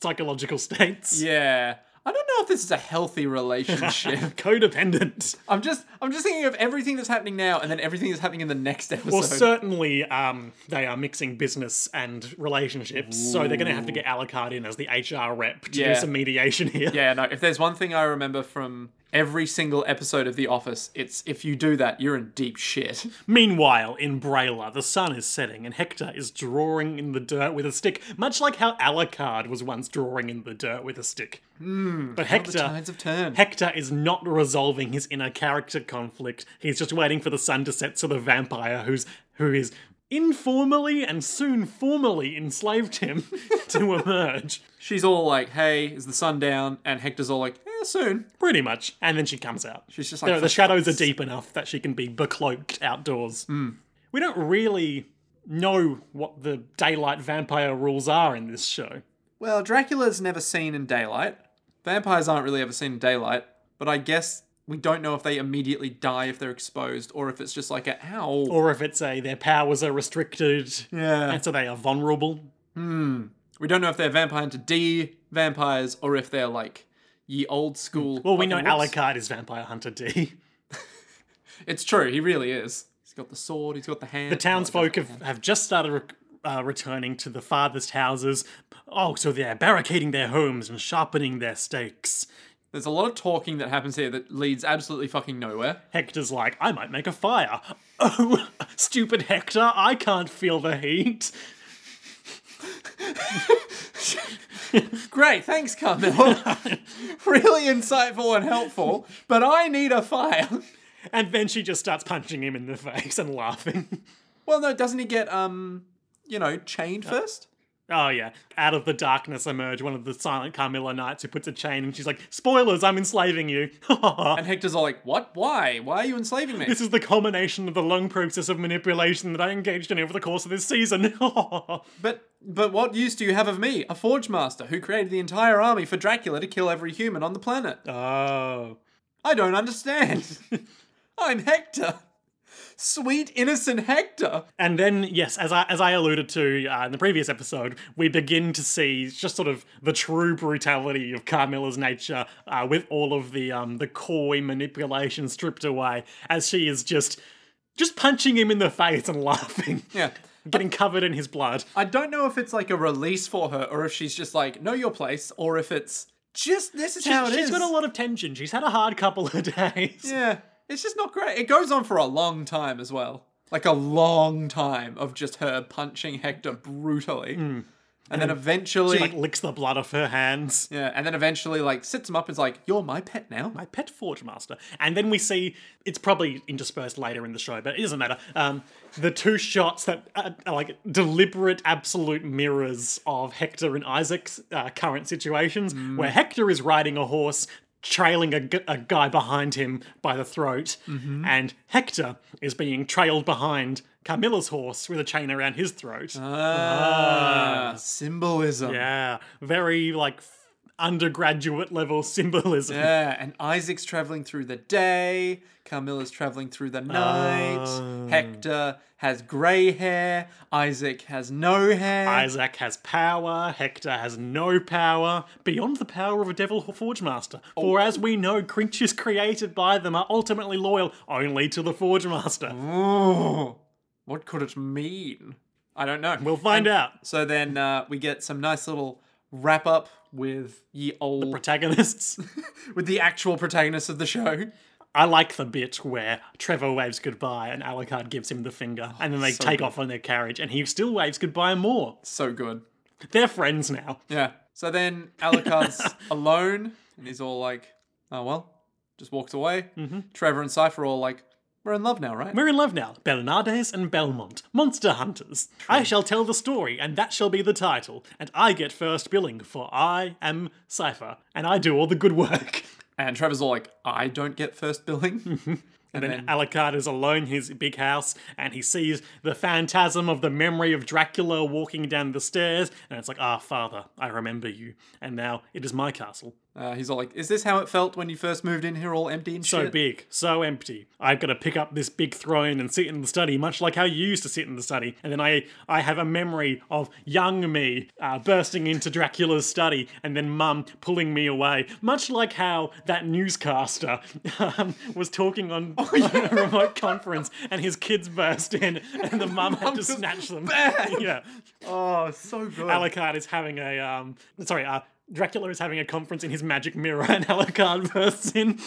[SPEAKER 2] psychological states.
[SPEAKER 3] Yeah. I don't know if this is a healthy relationship.
[SPEAKER 2] Codependent.
[SPEAKER 3] I'm just I'm just thinking of everything that's happening now and then everything that's happening in the next episode.
[SPEAKER 2] Well, certainly um, they are mixing business and relationships, so they're going to have to get Alucard in as the HR rep to
[SPEAKER 3] Yeah.
[SPEAKER 2] do some mediation here.
[SPEAKER 3] yeah, no, if there's one thing I remember from every single episode of The Office, it's if you do that, you're in deep shit.
[SPEAKER 2] Meanwhile, in Brayla, the sun is setting and Hector is drawing in the dirt with a stick, much like how Alucard was once drawing in the dirt with a stick. but
[SPEAKER 3] Hmm. The
[SPEAKER 2] Hector.
[SPEAKER 3] tides have turned.
[SPEAKER 2] Hector is not resolving his inner character conflict. He's just waiting for the sun to set so the vampire who's who is informally and soon formally enslaved him to emerge.
[SPEAKER 3] She's all like, "Hey, is the sun down?" And Hector's all like, "Yeah, soon."
[SPEAKER 2] Pretty much. And then she comes out.
[SPEAKER 3] She's just
[SPEAKER 2] You
[SPEAKER 3] like,
[SPEAKER 2] know, the shadows are deep enough that she can be becloaked outdoors.
[SPEAKER 3] Hmm.
[SPEAKER 2] We don't really know what the daylight vampire rules are in this show.
[SPEAKER 3] "Well, Dracula's never seen in daylight. Vampires aren't really ever seen in daylight, but I guess we don't know if they immediately die if they're exposed or if it's just like a ow."
[SPEAKER 2] Or if it's a their powers are restricted
[SPEAKER 3] yeah.
[SPEAKER 2] and so they are vulnerable.
[SPEAKER 3] We don't know if they're vampire into D vampires or if they're like ye old school.
[SPEAKER 2] Hmm. Well, we know
[SPEAKER 3] fucking whoops.
[SPEAKER 2] Alucard is Vampire Hunter D.
[SPEAKER 3] It's true. He really is. He's got the sword. He's got the hand.
[SPEAKER 2] The townsfolk have, have just started rec uh, returning to the farthest houses. Oh, so they're barricading their homes and sharpening their stakes.
[SPEAKER 3] There's a lot of talking that happens here that leads absolutely fucking nowhere.
[SPEAKER 2] Hector's like, I might make a fire. Oh, stupid Hector, I can't feel the heat.
[SPEAKER 3] Great, thanks, Carmel. really insightful and helpful. But I need a fire.
[SPEAKER 2] And then she just starts punching him in the face and laughing.
[SPEAKER 3] Well, no, doesn't he get um, you know, chained first?
[SPEAKER 2] Oh, yeah. Out of the darkness emerge one of the silent Carmilla knights who puts a chain and she's like, Spoilers, I'm enslaving you.
[SPEAKER 3] And Hector's all like, "What? Why? Why are you enslaving me?"
[SPEAKER 2] This is the culmination of the long process of manipulation that I engaged in over the course of this season.
[SPEAKER 3] But but what use do you have of me, a forge master who created the entire army for Dracula to kill every human on the planet?
[SPEAKER 2] oh.
[SPEAKER 3] I don't understand. I'm Hector. Sweet innocent Hector.
[SPEAKER 2] And then, yes, as I as I alluded to uh, in the previous episode, we begin to see just sort of the true brutality of Carmilla's nature, uh, with all of the um the coy manipulation stripped away, as she is just just punching him in the face and laughing,
[SPEAKER 3] Yeah.
[SPEAKER 2] getting covered in his blood.
[SPEAKER 3] I don't know if it's like a release for her or if she's just like, know your place, or if it's just this is how it
[SPEAKER 2] She's
[SPEAKER 3] is.
[SPEAKER 2] got a lot of tension. She's had a hard couple of days.
[SPEAKER 3] Yeah. It's just not great. It goes on for a long time as well. Like a long time of just her punching Hector brutally. and then eventually
[SPEAKER 2] She like licks the blood off her hands.
[SPEAKER 3] yeah, and then eventually like sits him up and is like, "You're my pet now."
[SPEAKER 2] My pet forge master. And then we see it's probably interspersed later in the show, but it doesn't matter. Um, the two shots that are, are like deliberate, absolute mirrors of Hector and Isaac's uh, current situations, where Hector is riding a horse. Trailing a, gu- a guy behind him by the throat, and Hector is being trailed behind Carmilla's horse with a chain around his throat.
[SPEAKER 3] Ah, symbolism. Yeah.
[SPEAKER 2] Yeah, very like f- undergraduate level symbolism.
[SPEAKER 3] and Isaac's traveling through the day. Carmilla's traveling through the night. Hector has grey hair. Isaac has no hair.
[SPEAKER 2] Isaac has power, Hector has no power, beyond the power of a devil forge master. For as we know, creatures created by them are ultimately loyal only to the forge master.
[SPEAKER 3] Ooh, what could it mean? I don't know.
[SPEAKER 2] We'll find out.
[SPEAKER 3] So then uh, we get some nice little wrap up with ye old
[SPEAKER 2] Protagonists.
[SPEAKER 3] with the actual protagonist of the show.
[SPEAKER 2] I like the bit where Trevor waves goodbye and Alucard gives him the finger, and then they take off on their carriage, and he still waves goodbye more.
[SPEAKER 3] So good.
[SPEAKER 2] They're friends now.
[SPEAKER 3] Yeah. So then Alucard's alone and he's all like, "Oh well," just walks away.
[SPEAKER 2] Mm-hmm.
[SPEAKER 3] Trevor and Cipher are all like, "We're in love now, right?"
[SPEAKER 2] We're in love now. Belnades and Belmont, monster hunters. I shall tell the story, and that shall be the title. And I get first billing, for I am Cypher, and I do all the good work.
[SPEAKER 3] And Trevor's all like, "I don't get first billing."
[SPEAKER 2] Mm-hmm. And then Alucard is alone in his big house, and he sees the phantasm of the memory of Dracula walking down the stairs, and it's like, Ah, father, I remember you, and now it is my castle.
[SPEAKER 3] uh, he's all like, "Is this how it felt when you first moved in here, all empty and
[SPEAKER 2] So
[SPEAKER 3] shit?"
[SPEAKER 2] big, so empty. I've got to pick up this big throne and sit in the study, much like how you used to sit in the study. And then I, I have a memory of young me uh, bursting into Dracula's study, and then Mum pulling me away, much like how that newscaster um, was talking on,
[SPEAKER 3] Oh,
[SPEAKER 2] on a remote conference, and his kids burst in, and the mum had to
[SPEAKER 3] just
[SPEAKER 2] snatch them.
[SPEAKER 3] bam!
[SPEAKER 2] Yeah,
[SPEAKER 3] oh, so good.
[SPEAKER 2] Alucard is having a um, sorry, uh, Dracula is having a conference in his magic mirror, and Alucard bursts in.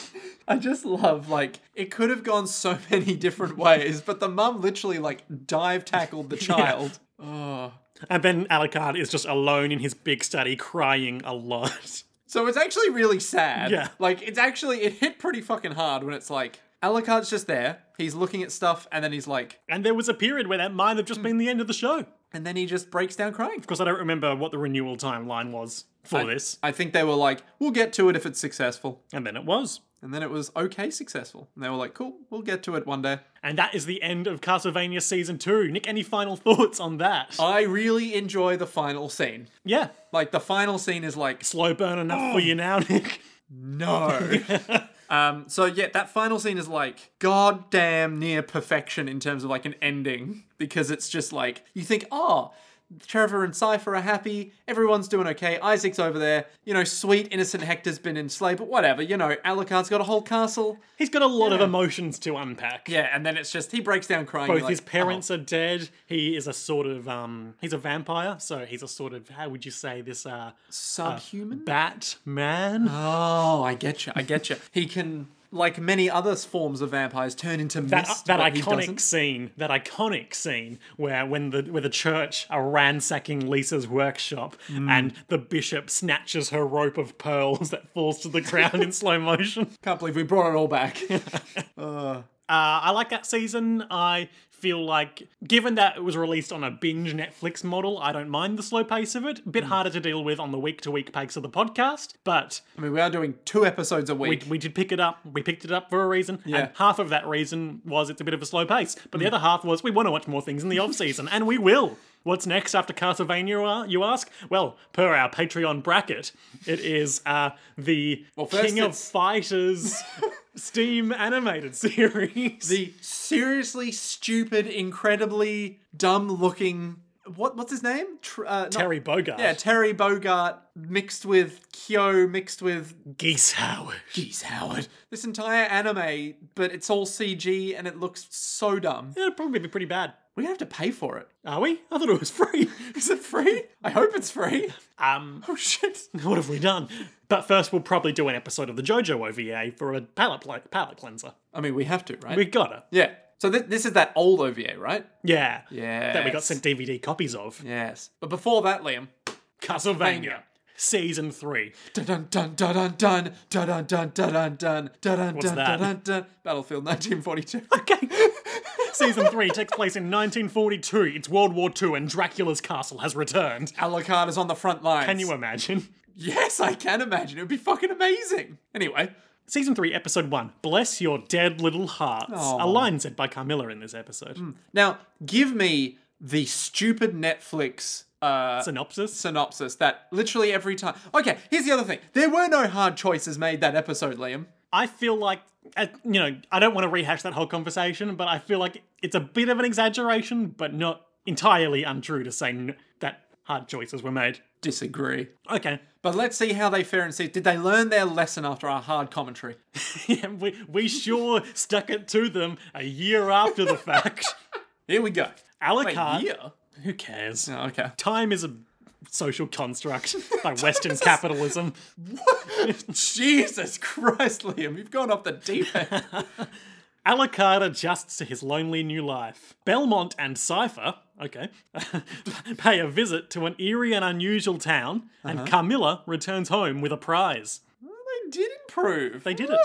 [SPEAKER 3] I just love like it could have gone so many different ways, but the mum literally like dive tackled the child. Oh.
[SPEAKER 2] And then Alucard is just alone in his big study, crying a lot.
[SPEAKER 3] So it's actually really sad.
[SPEAKER 2] Yeah.
[SPEAKER 3] Like it's actually it hit pretty fucking hard when it's like Alucard's just there. He's looking at stuff and then he's like
[SPEAKER 2] And there was a period where that might have just been the end of the show. Of
[SPEAKER 3] and then he just breaks down crying.
[SPEAKER 2] course, I don't remember what the renewal timeline was for this,
[SPEAKER 3] I think they were like, we'll get to it if it's successful.
[SPEAKER 2] and then it was.
[SPEAKER 3] And then it was okay successful. And they were like, cool, we'll get to it one day.
[SPEAKER 2] And that is the end of Castlevania Season 2. Nick, any final thoughts on that?
[SPEAKER 3] I really enjoy the final scene.
[SPEAKER 2] yeah.
[SPEAKER 3] Like the final scene is like
[SPEAKER 2] Slow burn enough
[SPEAKER 3] oh.
[SPEAKER 2] for you now, Nick.
[SPEAKER 3] No. um, so yeah, that final scene is like goddamn near perfection in terms of like an ending because it's just like you think, oh, Trevor and Cypher are happy, everyone's doing okay, Isaac's over there, you know, sweet innocent Hector's been enslaved, but whatever, you know, Alucard's got a whole castle.
[SPEAKER 2] He's got a lot of emotions to unpack.
[SPEAKER 3] Yeah, and then it's just he breaks down crying.
[SPEAKER 2] Both
[SPEAKER 3] you're
[SPEAKER 2] his
[SPEAKER 3] like, oh.
[SPEAKER 2] parents are dead. He is a sort of um he's a vampire, so he's a sort of how would you say this uh
[SPEAKER 3] "Oh, subhuman.
[SPEAKER 2] Batman?
[SPEAKER 3] Oh, I get you. I get you. He can, like many other forms of vampires, turn into
[SPEAKER 2] that,
[SPEAKER 3] mist.
[SPEAKER 2] that
[SPEAKER 3] but he
[SPEAKER 2] iconic
[SPEAKER 3] doesn't.
[SPEAKER 2] scene, that iconic scene where when the where the church are ransacking Lisa's workshop and the bishop snatches her rope of pearls that falls to the ground in slow motion.
[SPEAKER 3] Can't believe we brought it all back.
[SPEAKER 2] Uh, I like that season. I feel like given that it was released on a binge Netflix model, I don't mind the slow pace of it. Bit harder to deal with on the week to week pace of the podcast, but
[SPEAKER 3] I mean, we are doing two episodes a week.
[SPEAKER 2] we, we did pick it up. We picked it up for a reason,
[SPEAKER 3] Yeah. Hmm.
[SPEAKER 2] and half of that reason was it's a bit of a slow pace. But the other half was we want to watch more things in the off season, and we will. What's next after Castlevania? uh, You ask. Well, per our Patreon bracket, it is uh, the
[SPEAKER 3] first
[SPEAKER 2] King of
[SPEAKER 3] it's-
[SPEAKER 2] Fighters Steam animated series.
[SPEAKER 3] the seriously stupid, incredibly dumb-looking. What what's his name? Tr- uh, not-
[SPEAKER 2] Terry Bogard,
[SPEAKER 3] yeah, Terry Bogart mixed with Kyo, mixed with
[SPEAKER 2] Geese Howard.
[SPEAKER 3] Geez Howard. This entire anime, but it's all CG and it looks so dumb.
[SPEAKER 2] It'll probably be pretty bad.
[SPEAKER 3] We're gonna have to pay for it.
[SPEAKER 2] Are we? I thought it was free.
[SPEAKER 3] Is it free? I hope it's free.
[SPEAKER 2] Um,
[SPEAKER 3] Oh shit.
[SPEAKER 2] what have we done? But first, we'll probably do an episode of the JoJo OVA for a palate pl- palate cleanser.
[SPEAKER 3] I mean, we have to, right?
[SPEAKER 2] We gotta.
[SPEAKER 3] yeah. So thi- this is that old OVA, right?
[SPEAKER 2] Yeah.
[SPEAKER 3] Yeah.
[SPEAKER 2] That we got sent DVD copies of.
[SPEAKER 3] Yes. But before that, Liam,
[SPEAKER 2] Castlevania. Season three.
[SPEAKER 3] Dun dun dun dun dun dun dun dun dun dun dun dun dun dun
[SPEAKER 2] that?
[SPEAKER 3] dun dun dun Battlefield 1942.
[SPEAKER 2] Okay. Season three takes place in 1942. It's World War II, and Dracula's castle has returned.
[SPEAKER 3] Alucard is on the front lines.
[SPEAKER 2] Can you uh, imagine?
[SPEAKER 3] Yes, I can imagine. It would be fucking amazing. Anyway,
[SPEAKER 2] Season 3, Episode 1, Bless Your Dead Little Hearts. A line said by Carmilla in this episode.
[SPEAKER 3] now give me the stupid Netflix uh,
[SPEAKER 2] Synopsis?
[SPEAKER 3] synopsis that literally every time. Okay, here's the other thing. There were no hard choices made that episode, Liam.
[SPEAKER 2] I feel like, uh, you know, I don't want to rehash that whole conversation, but I feel like it's a bit of an exaggeration, but not entirely untrue to say n- that hard choices were made.
[SPEAKER 3] Disagree.
[SPEAKER 2] Okay.
[SPEAKER 3] But let's see how they fare and see. Did they learn their lesson after our hard commentary?
[SPEAKER 2] yeah, we, we sure stuck it to them a year after the fact.
[SPEAKER 3] Here we go. Wait,
[SPEAKER 2] Alucard.
[SPEAKER 3] yeah.
[SPEAKER 2] Who cares?
[SPEAKER 3] Oh, okay.
[SPEAKER 2] Time is a social construct by Western capitalism.
[SPEAKER 3] Jesus Christ, Liam, you've gone off the deep end.
[SPEAKER 2] Alucard adjusts to his lonely new life. Belmont and Cypher, okay, pay a visit to an eerie and unusual town, and Carmilla returns home with a prize.
[SPEAKER 3] they did improve. They
[SPEAKER 2] did it.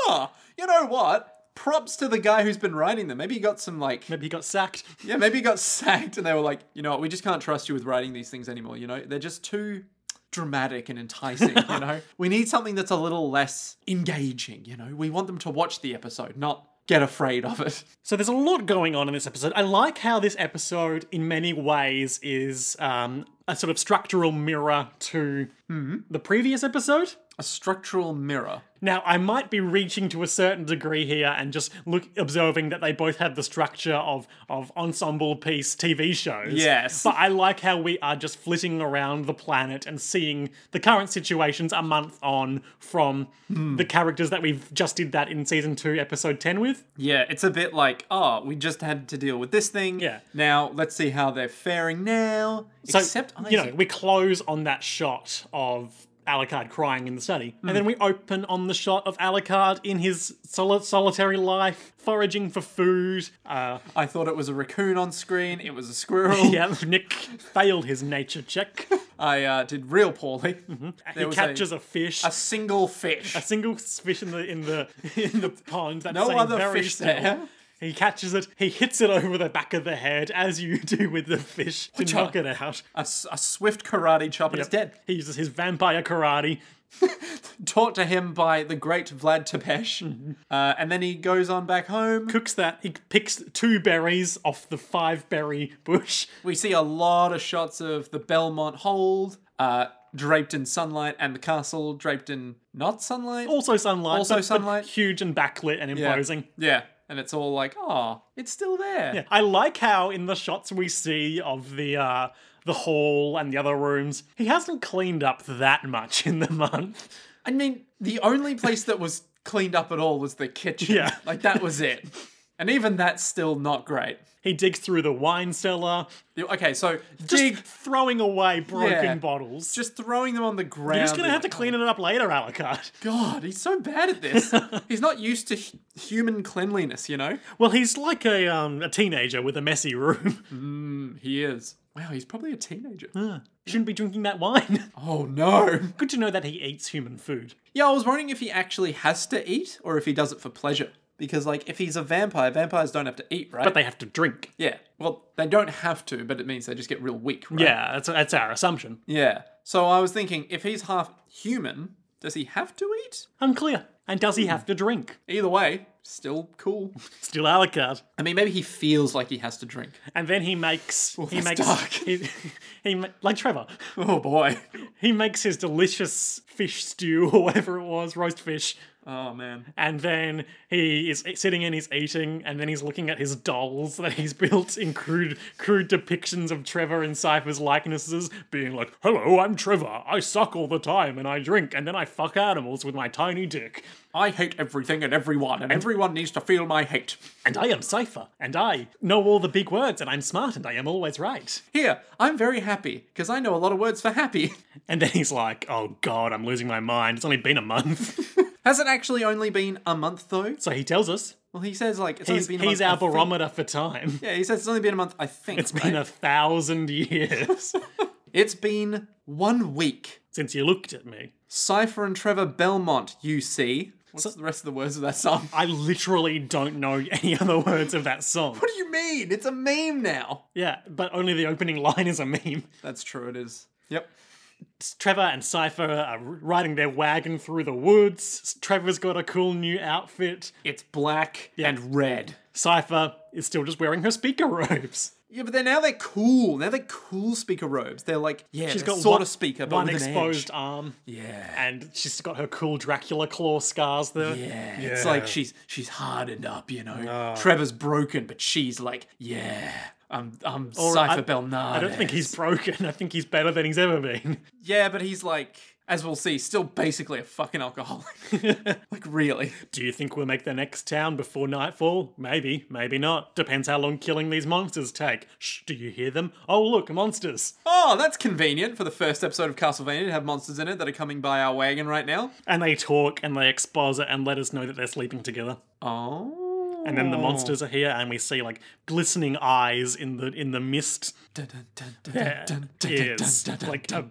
[SPEAKER 3] you know what? Props to the guy who's been writing them. Maybe he got some like
[SPEAKER 2] Maybe he got sacked.
[SPEAKER 3] Yeah, maybe he got sacked and they were like, you know what, we just can't trust you with writing these things anymore, you know? They're just too dramatic and enticing, you know? We need something that's a little less engaging, you know? We want them to watch the episode, not get afraid of it.
[SPEAKER 2] So there's a lot going on in this episode. I like how this episode, in many ways, is um, a sort of structural mirror to the previous episode.
[SPEAKER 3] A structural mirror.
[SPEAKER 2] Now, I might be reaching to a certain degree here and just look observing that they both have the structure of of ensemble piece TV shows.
[SPEAKER 3] Yes.
[SPEAKER 2] But I like how we are just flitting around the planet and seeing the current situations a month on from
[SPEAKER 3] Hmm.
[SPEAKER 2] the characters that we've just did that in season 2 episode 10 with.
[SPEAKER 3] Yeah, it's a bit like, oh, we just had to deal with this thing.
[SPEAKER 2] Yeah.
[SPEAKER 3] Now let's see how they're faring now. Except Isaac.
[SPEAKER 2] you know, we close on that shot of Alucard crying in the study, and then
[SPEAKER 3] Hmm.
[SPEAKER 2] we open on the shot of Alucard in his soli- solitary life, foraging for food. Uh,
[SPEAKER 3] I thought it was a raccoon on screen, it was a squirrel.
[SPEAKER 2] yeah, Nick failed his nature check.
[SPEAKER 3] I uh, did real poorly.
[SPEAKER 2] Mm-hmm. he
[SPEAKER 3] was
[SPEAKER 2] catches a, fish,
[SPEAKER 3] A
[SPEAKER 2] a
[SPEAKER 3] single fish.
[SPEAKER 2] single fish in the in the in the pond. That's
[SPEAKER 3] No
[SPEAKER 2] staying
[SPEAKER 3] other
[SPEAKER 2] very
[SPEAKER 3] fish
[SPEAKER 2] still.
[SPEAKER 3] there.
[SPEAKER 2] He catches it. He hits it over the back of the head, as you do with the fish, to
[SPEAKER 3] are-
[SPEAKER 2] knock it out.
[SPEAKER 3] A, s- a swift karate chop and it's dead.
[SPEAKER 2] He uses his vampire karate.
[SPEAKER 3] taught to him by the great Vlad Tepesh.
[SPEAKER 2] Mm-hmm.
[SPEAKER 3] Uh, and then he goes on back home.
[SPEAKER 2] cooks that. He picks two berries off the five berry bush.
[SPEAKER 3] We see a lot of shots of the Belmont Hold, uh, draped in sunlight, and the castle draped in not sunlight.
[SPEAKER 2] Also sunlight.
[SPEAKER 3] Also
[SPEAKER 2] but- but
[SPEAKER 3] sunlight.
[SPEAKER 2] huge and backlit and
[SPEAKER 3] yeah.
[SPEAKER 2] imposing.
[SPEAKER 3] Yeah. And it's all like, oh, it's still there.
[SPEAKER 2] Yeah. I like how in the shots we see of the uh, the hall and the other rooms, he hasn't cleaned up that much in the month.
[SPEAKER 3] I mean, the only place that was cleaned up at all was the kitchen.
[SPEAKER 2] Yeah.
[SPEAKER 3] Like, that was it. and even that's still not great.
[SPEAKER 2] He digs through the wine cellar,
[SPEAKER 3] Okay, so
[SPEAKER 2] just
[SPEAKER 3] dig,
[SPEAKER 2] throwing away broken
[SPEAKER 3] Yeah.
[SPEAKER 2] bottles.
[SPEAKER 3] just throwing them on the ground.
[SPEAKER 2] You're just gonna
[SPEAKER 3] and
[SPEAKER 2] have to
[SPEAKER 3] like,
[SPEAKER 2] clean it up later, Alucard.
[SPEAKER 3] God, he's so bad at this. he's not used to hu- human cleanliness, you know?
[SPEAKER 2] Well, he's like a um, a teenager with a messy room.
[SPEAKER 3] He is. Wow, he's probably a teenager.
[SPEAKER 2] Shouldn't be drinking that wine.
[SPEAKER 3] Oh no.
[SPEAKER 2] Good to know that he eats human food.
[SPEAKER 3] Yeah, I was wondering if he actually has to eat or if he does it for pleasure. Because, like, if he's a vampire, vampires don't have to eat, right?
[SPEAKER 2] But they have to drink.
[SPEAKER 3] yeah. Well, they don't have to, but it means they just get real weak, right?
[SPEAKER 2] Yeah, that's that's our assumption.
[SPEAKER 3] Yeah. So I was thinking, if he's half human, does he have to eat?
[SPEAKER 2] Unclear. And does he have to drink?
[SPEAKER 3] Either way, still cool.
[SPEAKER 2] Still Alucard.
[SPEAKER 3] I mean, maybe he feels like he has to drink.
[SPEAKER 2] And then he makes he
[SPEAKER 3] that's
[SPEAKER 2] makes
[SPEAKER 3] dark.
[SPEAKER 2] he, he ma- like Trevor.
[SPEAKER 3] Oh boy.
[SPEAKER 2] He makes his delicious fish stew or whatever it was, roast fish.
[SPEAKER 3] Oh man.
[SPEAKER 2] And then he is sitting and he's eating, and then he's looking at his dolls that he's built in crude, crude depictions of Trevor and Cypher's likenesses, being like, Hello, I'm Trevor. I suck all the time and I drink, and then I fuck animals with my tiny dick.
[SPEAKER 3] I hate everything and everyone, and everyone needs to feel my hate.
[SPEAKER 2] And I am Cypher, and I know all the big words, and I'm smart, and I am always right.
[SPEAKER 3] Here, I'm very happy, because I know a lot of words for happy.
[SPEAKER 2] And then he's like, oh god, I'm losing my mind. It's only been a month.
[SPEAKER 3] Has it actually only been a month, though?
[SPEAKER 2] so he tells us.
[SPEAKER 3] Well, he says, like, it's
[SPEAKER 2] He's,
[SPEAKER 3] only been a
[SPEAKER 2] he's
[SPEAKER 3] month.
[SPEAKER 2] our
[SPEAKER 3] I think.
[SPEAKER 2] barometer for time.
[SPEAKER 3] Yeah, he says it's only been a month, I think.
[SPEAKER 2] It's been a thousand years.
[SPEAKER 3] It's been one week.
[SPEAKER 2] since you looked at me.
[SPEAKER 3] Cypher and Trevor Belmont, you see. What's the rest of the words of that song?
[SPEAKER 2] I literally don't know any other words of that song.
[SPEAKER 3] What do you mean? It's a meme now.
[SPEAKER 2] Yeah, but only the opening line is a meme.
[SPEAKER 3] That's true, it is. Yep.
[SPEAKER 2] Trevor and Cypher are riding their wagon through the woods. Trevor's got a cool new outfit.
[SPEAKER 3] It's black and red.
[SPEAKER 2] Cypher is still just wearing her speaker robes.
[SPEAKER 3] Yeah, but they're now they're cool. Now they're cool speaker robes. They're like yeah,
[SPEAKER 2] She's
[SPEAKER 3] she's
[SPEAKER 2] got
[SPEAKER 3] got sort
[SPEAKER 2] one-
[SPEAKER 3] of speaker, but
[SPEAKER 2] One
[SPEAKER 3] with
[SPEAKER 2] exposed
[SPEAKER 3] An
[SPEAKER 2] arm,
[SPEAKER 3] edge. Yeah.
[SPEAKER 2] and she's got her cool Dracula claw scars there.
[SPEAKER 3] Yeah. It's like she's she's hardened up, you know.
[SPEAKER 2] Ah.
[SPEAKER 3] Trevor's broken, but she's like, yeah, I'm I'm
[SPEAKER 2] I-
[SPEAKER 3] Cypher Belnard.
[SPEAKER 2] I don't think he's broken. I think he's better than he's ever been.
[SPEAKER 3] Yeah, but he's like, as we'll see, still basically a fucking alcoholic. like really.
[SPEAKER 2] Do you think we'll make the next town before nightfall? Maybe, maybe not. Depends how long killing these monsters take. Shh, do you hear them? Oh, look, monsters.
[SPEAKER 3] Oh, that's convenient for the first episode of Castlevania to have monsters in it that are coming by our wagon right now.
[SPEAKER 2] And they talk and they expose it and let us know that they're sleeping together.
[SPEAKER 3] Oh.
[SPEAKER 2] And then the monsters are here and we see like glistening eyes in the in the mist.
[SPEAKER 3] Dun, dun, dun, dun,
[SPEAKER 2] Yeah,
[SPEAKER 3] dun, dun, dun, dun,
[SPEAKER 2] is
[SPEAKER 3] dun, dun,
[SPEAKER 2] like
[SPEAKER 3] dun.
[SPEAKER 2] a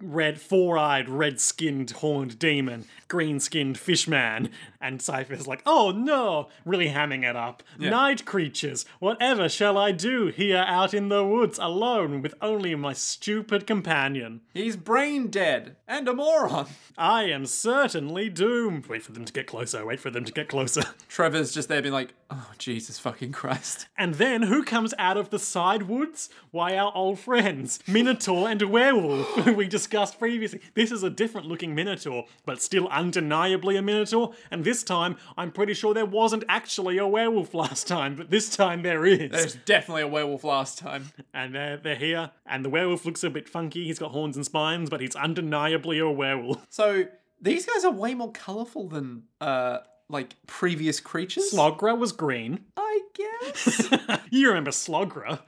[SPEAKER 2] red four-eyed, red-skinned horned demon, green-skinned fishman, and Cypher's like, oh no, really hamming it up. Night creatures, whatever shall I do here out in the woods alone with only my stupid companion?
[SPEAKER 3] He's brain dead and a moron.
[SPEAKER 2] I am certainly doomed. Wait for them to get closer, wait for them to get closer.
[SPEAKER 3] Trevor's just there being like, oh, Jesus fucking Christ.
[SPEAKER 2] And then who comes out of the side woods? Why, our old friends, Minotaur and Werewolf, who we discussed previously. This is a different looking Minotaur, but still undeniably a Minotaur. And this time, I'm pretty sure there wasn't actually a werewolf last time, but this time there is.
[SPEAKER 3] There's definitely a werewolf last time.
[SPEAKER 2] And they're, they're here, and the werewolf looks a bit funky. He's got horns and spines, but he's undeniably a werewolf.
[SPEAKER 3] So these guys are way more colourful than uh like previous creatures.
[SPEAKER 2] Slogra was green.
[SPEAKER 3] I guess.
[SPEAKER 2] you remember Slogra,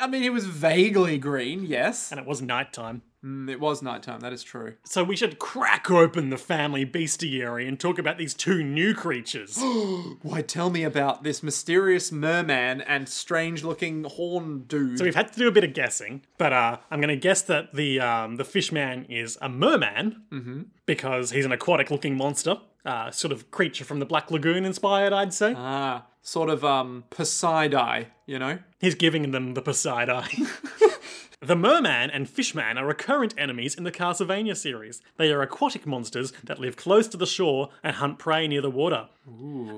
[SPEAKER 3] I mean, it was vaguely green, yes.
[SPEAKER 2] and it was nighttime.
[SPEAKER 3] Mm, it was nighttime, that is true.
[SPEAKER 2] So we should crack open the family bestiary and talk about these two new creatures.
[SPEAKER 3] Why tell me about this mysterious merman and strange looking horn dude.
[SPEAKER 2] So we've had to do a bit of guessing, but uh, I'm going to guess that the um, the fishman is a merman because he's an aquatic-looking monster, uh, sort of creature from the Black Lagoon inspired, I'd say.
[SPEAKER 3] ah, sort of um Poseidon, you know?
[SPEAKER 2] He's giving them the Poseidon. the merman and fishman are recurrent enemies in the Castlevania series. They are aquatic monsters that live close to the shore and hunt prey near the water.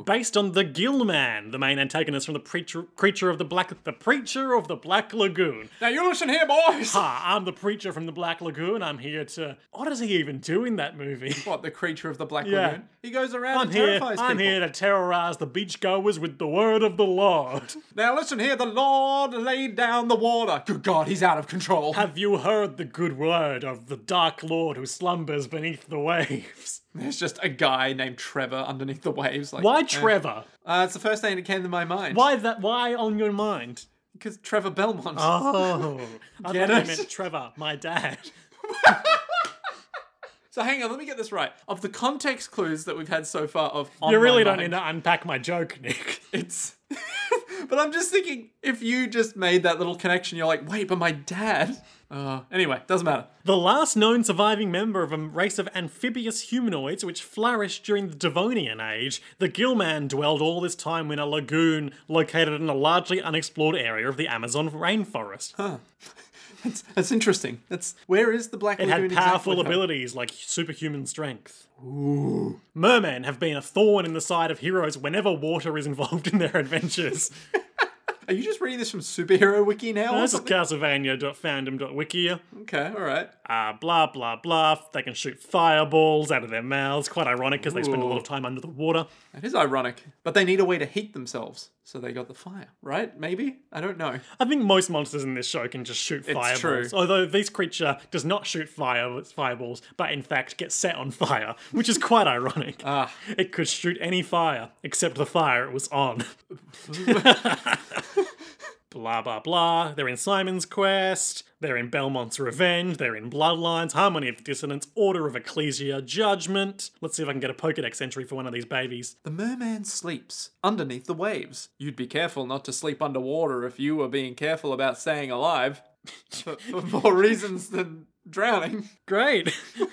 [SPEAKER 2] Based on the Gillman, the main antagonist from the preacher, creature of the black, the preacher of the Black Lagoon.
[SPEAKER 3] Now you listen here, boys!
[SPEAKER 2] Ah, I'm the preacher from the Black Lagoon. I'm here to. What does he even do in that movie?
[SPEAKER 3] What, the creature of the Black
[SPEAKER 2] Yeah.
[SPEAKER 3] Lagoon? He goes around
[SPEAKER 2] I'm
[SPEAKER 3] and
[SPEAKER 2] here.
[SPEAKER 3] terrifies
[SPEAKER 2] I'm
[SPEAKER 3] people.
[SPEAKER 2] here to terrorize the beachgoers with the word of the Lord.
[SPEAKER 3] Now listen here, the Lord laid down the water. Good God, he's out of control.
[SPEAKER 2] Have you heard the good word of the Dark Lord who slumbers beneath the waves?
[SPEAKER 3] There's just a guy named Trevor underneath the waves. Like,
[SPEAKER 2] Why Trevor?
[SPEAKER 3] Uh, it's the first thing that came to my mind.
[SPEAKER 2] Why that? Why on your mind?
[SPEAKER 3] Because Trevor Belmont.
[SPEAKER 2] Oh, I
[SPEAKER 3] Get
[SPEAKER 2] thought you
[SPEAKER 3] it?
[SPEAKER 2] meant Trevor, my dad.
[SPEAKER 3] So hang on, let me get this right. Of the context clues that we've had so far, of on
[SPEAKER 2] You really
[SPEAKER 3] my
[SPEAKER 2] don't
[SPEAKER 3] mind,
[SPEAKER 2] need to unpack my joke, Nick.
[SPEAKER 3] It's. but I'm just thinking, if you just made that little connection, you're like, wait, but my dad. Uh, anyway, doesn't matter.
[SPEAKER 2] The last known surviving member of a race of amphibious humanoids which flourished during the Devonian Age, the Gillman dwelled all this time in a lagoon located in a largely unexplored area of the Amazon rainforest.
[SPEAKER 3] That's, that's interesting. That's where is the black
[SPEAKER 2] It
[SPEAKER 3] lagoon
[SPEAKER 2] had powerful
[SPEAKER 3] exactly?
[SPEAKER 2] abilities like superhuman strength. Ooh. Mermen have been a thorn in the side of heroes whenever water is involved in their adventures.
[SPEAKER 3] Are you just reading this from superhero wiki now? or
[SPEAKER 2] this is
[SPEAKER 3] something?
[SPEAKER 2] Castlevania.fandom.wiki.
[SPEAKER 3] okay, all right.
[SPEAKER 2] Uh, blah, blah, blah. They can shoot fireballs out of their mouths. Quite ironic because they spend a lot of time under the water.
[SPEAKER 3] That is ironic. But they need a way to heat themselves, so they got the fire, right? Maybe I don't know.
[SPEAKER 2] I think most monsters in this show can just shoot fireballs.
[SPEAKER 3] true.
[SPEAKER 2] Although this creature does not shoot fire fireballs, but in fact gets set on fire, which is quite ironic. Ah. It could shoot any fire except the fire it was on. blah blah blah. They're in Simon's Quest. They're in Belmont's Revenge. They're in Bloodlines, Harmony of Dissonance, Order of Ecclesia, Judgment. Let's see if I can get a Pokedex entry for one of these babies.
[SPEAKER 3] The merman sleeps underneath the waves. You'd be careful not to sleep underwater if you were being careful about staying alive. for, for more reasons than drowning.
[SPEAKER 2] Great.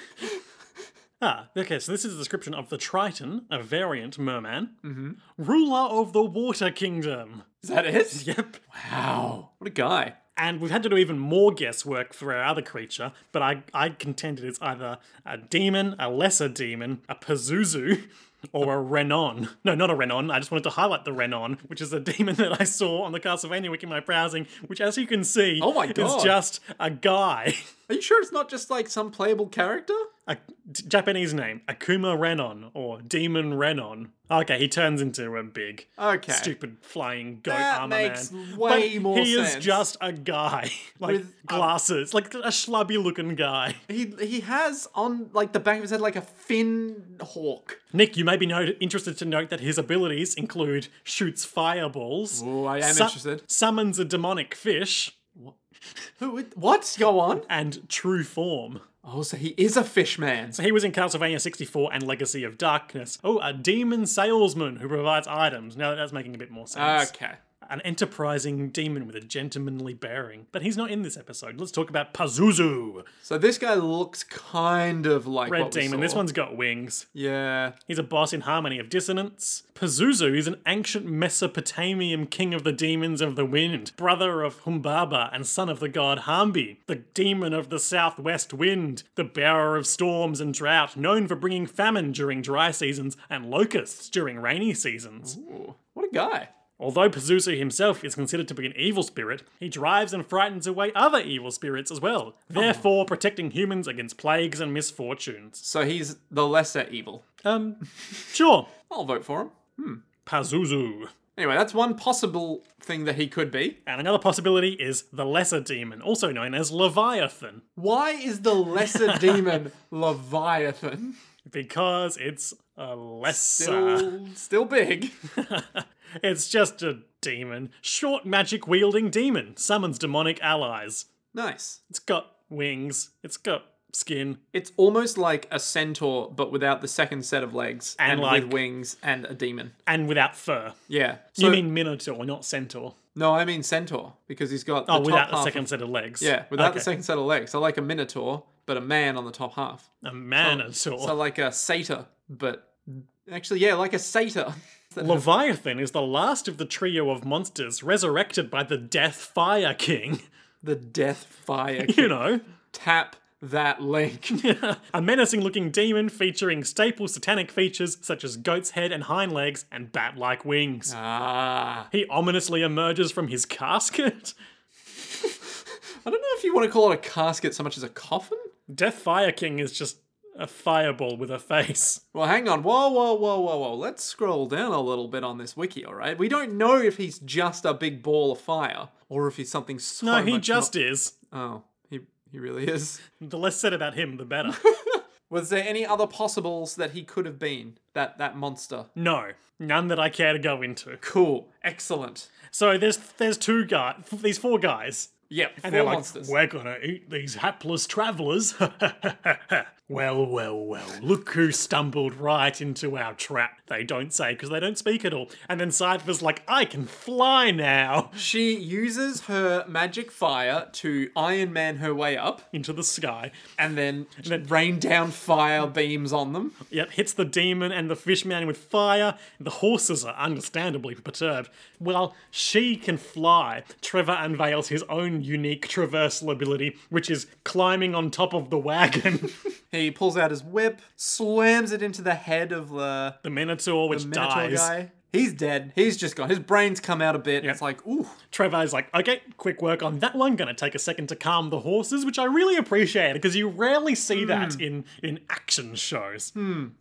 [SPEAKER 2] ah, okay, so this is a description of the Triton, a variant merman, mm-hmm. ruler of the Water Kingdom.
[SPEAKER 3] Is that it?
[SPEAKER 2] Yep.
[SPEAKER 3] Wow. What a guy.
[SPEAKER 2] And we've had to do even more guesswork for our other creature, but I, I contend it's either a demon, a lesser demon, a Pazuzu, or a Renon. No, not a Renon. I just wanted to highlight the Renon, which is a demon that I saw on the Castlevania Wiki in my browsing, which, as you can see,
[SPEAKER 3] Oh my God.
[SPEAKER 2] is just a guy.
[SPEAKER 3] Are you sure it's not just like some playable character?
[SPEAKER 2] A t- Japanese name, Akuma Renon, or Demon Renon. Okay, he turns into a big,
[SPEAKER 3] Okay.
[SPEAKER 2] stupid flying goat
[SPEAKER 3] That
[SPEAKER 2] armor
[SPEAKER 3] makes
[SPEAKER 2] man.
[SPEAKER 3] way
[SPEAKER 2] but
[SPEAKER 3] more
[SPEAKER 2] he
[SPEAKER 3] sense.
[SPEAKER 2] is just a guy. Like
[SPEAKER 3] With um, a-
[SPEAKER 2] glasses. Like a schlubby looking guy.
[SPEAKER 3] He he has on like the back of his head like a fin hawk.
[SPEAKER 2] Nick, you may be note- interested to note that his abilities include shoots fireballs.
[SPEAKER 3] Ooh, I am
[SPEAKER 2] su-
[SPEAKER 3] interested.
[SPEAKER 2] Summons a demonic fish
[SPEAKER 3] Who? would- What? Go on.
[SPEAKER 2] and true form.
[SPEAKER 3] Oh, so he is a fish man.
[SPEAKER 2] So he was in Castlevania 64 and Legacy of Darkness. Oh, a demon salesman who provides items. Now that's making a bit more sense.
[SPEAKER 3] Okay.
[SPEAKER 2] An enterprising demon with a gentlemanly bearing. But he's not in this episode. Let's talk about Pazuzu.
[SPEAKER 3] So this guy looks kind of like
[SPEAKER 2] Red
[SPEAKER 3] what we
[SPEAKER 2] demon.
[SPEAKER 3] saw.
[SPEAKER 2] This one's got wings.
[SPEAKER 3] Yeah.
[SPEAKER 2] He's a boss in Harmony of Dissonance. Pazuzu is an ancient Mesopotamian king of the demons of the wind, brother of Humbaba and son of the god Hambi, the demon of the southwest wind, the bearer of storms and drought, known for bringing famine during dry seasons and locusts during rainy seasons.
[SPEAKER 3] Ooh, what a guy.
[SPEAKER 2] Although Pazuzu himself is considered to be an evil spirit, he drives and frightens away other evil spirits as well, therefore protecting humans against plagues and misfortunes.
[SPEAKER 3] So he's the lesser evil.
[SPEAKER 2] Um, sure.
[SPEAKER 3] I'll vote for him.
[SPEAKER 2] Pazuzu.
[SPEAKER 3] Anyway, that's one possible thing that he could be.
[SPEAKER 2] And another possibility is the lesser demon, also known as Leviathan,
[SPEAKER 3] Why is the lesser demon Leviathan
[SPEAKER 2] because it's a lesser.
[SPEAKER 3] still still big?
[SPEAKER 2] it's just a demon. Short magic wielding demon summons demonic allies.
[SPEAKER 3] Nice.
[SPEAKER 2] It's got wings, it's got skin,
[SPEAKER 3] It's almost like a centaur, but without the second set of legs
[SPEAKER 2] And like-
[SPEAKER 3] with wings and a demon.
[SPEAKER 2] and without fur.
[SPEAKER 3] Yeah. So,
[SPEAKER 2] You mean Minotaur, not Centaur.
[SPEAKER 3] no? I mean centaur because he's got the
[SPEAKER 2] Oh,
[SPEAKER 3] top
[SPEAKER 2] without the
[SPEAKER 3] half
[SPEAKER 2] second
[SPEAKER 3] Of,
[SPEAKER 2] set of legs.
[SPEAKER 3] yeah, without the
[SPEAKER 2] Okay.
[SPEAKER 3] second set of legs. So like a minotaur, but a man on the top half.
[SPEAKER 2] A Manotaur.
[SPEAKER 3] So like a satyr, but actually, yeah, like a satyr.
[SPEAKER 2] Leviathan is the last of the trio of monsters resurrected by the Death Fire King.
[SPEAKER 3] the death fire.
[SPEAKER 2] You know,
[SPEAKER 3] Tap that link.
[SPEAKER 2] a menacing looking demon featuring staple satanic features such as goat's head and hind legs and bat like wings.
[SPEAKER 3] ah.
[SPEAKER 2] He ominously emerges from his casket.
[SPEAKER 3] I don't know if you want to call it a casket so much as a coffin.
[SPEAKER 2] Death Fire King is just a fireball with a face.
[SPEAKER 3] Well, hang on. Whoa, whoa, whoa, whoa, whoa. Let's scroll down a little bit on this wiki, all right? We don't know if he's just a big ball of fire or if he's something so
[SPEAKER 2] No, he
[SPEAKER 3] much
[SPEAKER 2] just is.
[SPEAKER 3] mo- oh, he he really is.
[SPEAKER 2] The less said about him, the better.
[SPEAKER 3] Was there any other possibles that he could have been? That that monster.
[SPEAKER 2] no, none that I care to go into.
[SPEAKER 3] Cool. Excellent.
[SPEAKER 2] So there's there's two guys, these four guys,
[SPEAKER 3] Yep.
[SPEAKER 2] and
[SPEAKER 3] four
[SPEAKER 2] they're like,
[SPEAKER 3] monsters.
[SPEAKER 2] "We're gonna eat these hapless travellers." well, well, well. Look who stumbled right into our trap. They don't say because they don't speak at all. And then Cypher's like, "I can fly now."
[SPEAKER 3] She uses her magic fire to Iron Man her way up
[SPEAKER 2] Into the sky.
[SPEAKER 3] and then, rain down fire beams on them.
[SPEAKER 2] Yep, hits the demon and the fish man with fire. The horses are understandably perturbed. While she can fly, Trevor unveils his own unique traversal ability, which is climbing on top of the wagon.
[SPEAKER 3] He pulls out his whip, slams it into the head of the
[SPEAKER 2] the Minotaur, which
[SPEAKER 3] Minotaur
[SPEAKER 2] dies.
[SPEAKER 3] guy. He's dead. He's just gone. His brain's come out a bit. It's like, ooh,
[SPEAKER 2] Trevor's like, okay, quick work on that one. Gonna take a second to calm the horses, which I really appreciate because you rarely
[SPEAKER 3] Hmm.
[SPEAKER 2] see that in in action shows.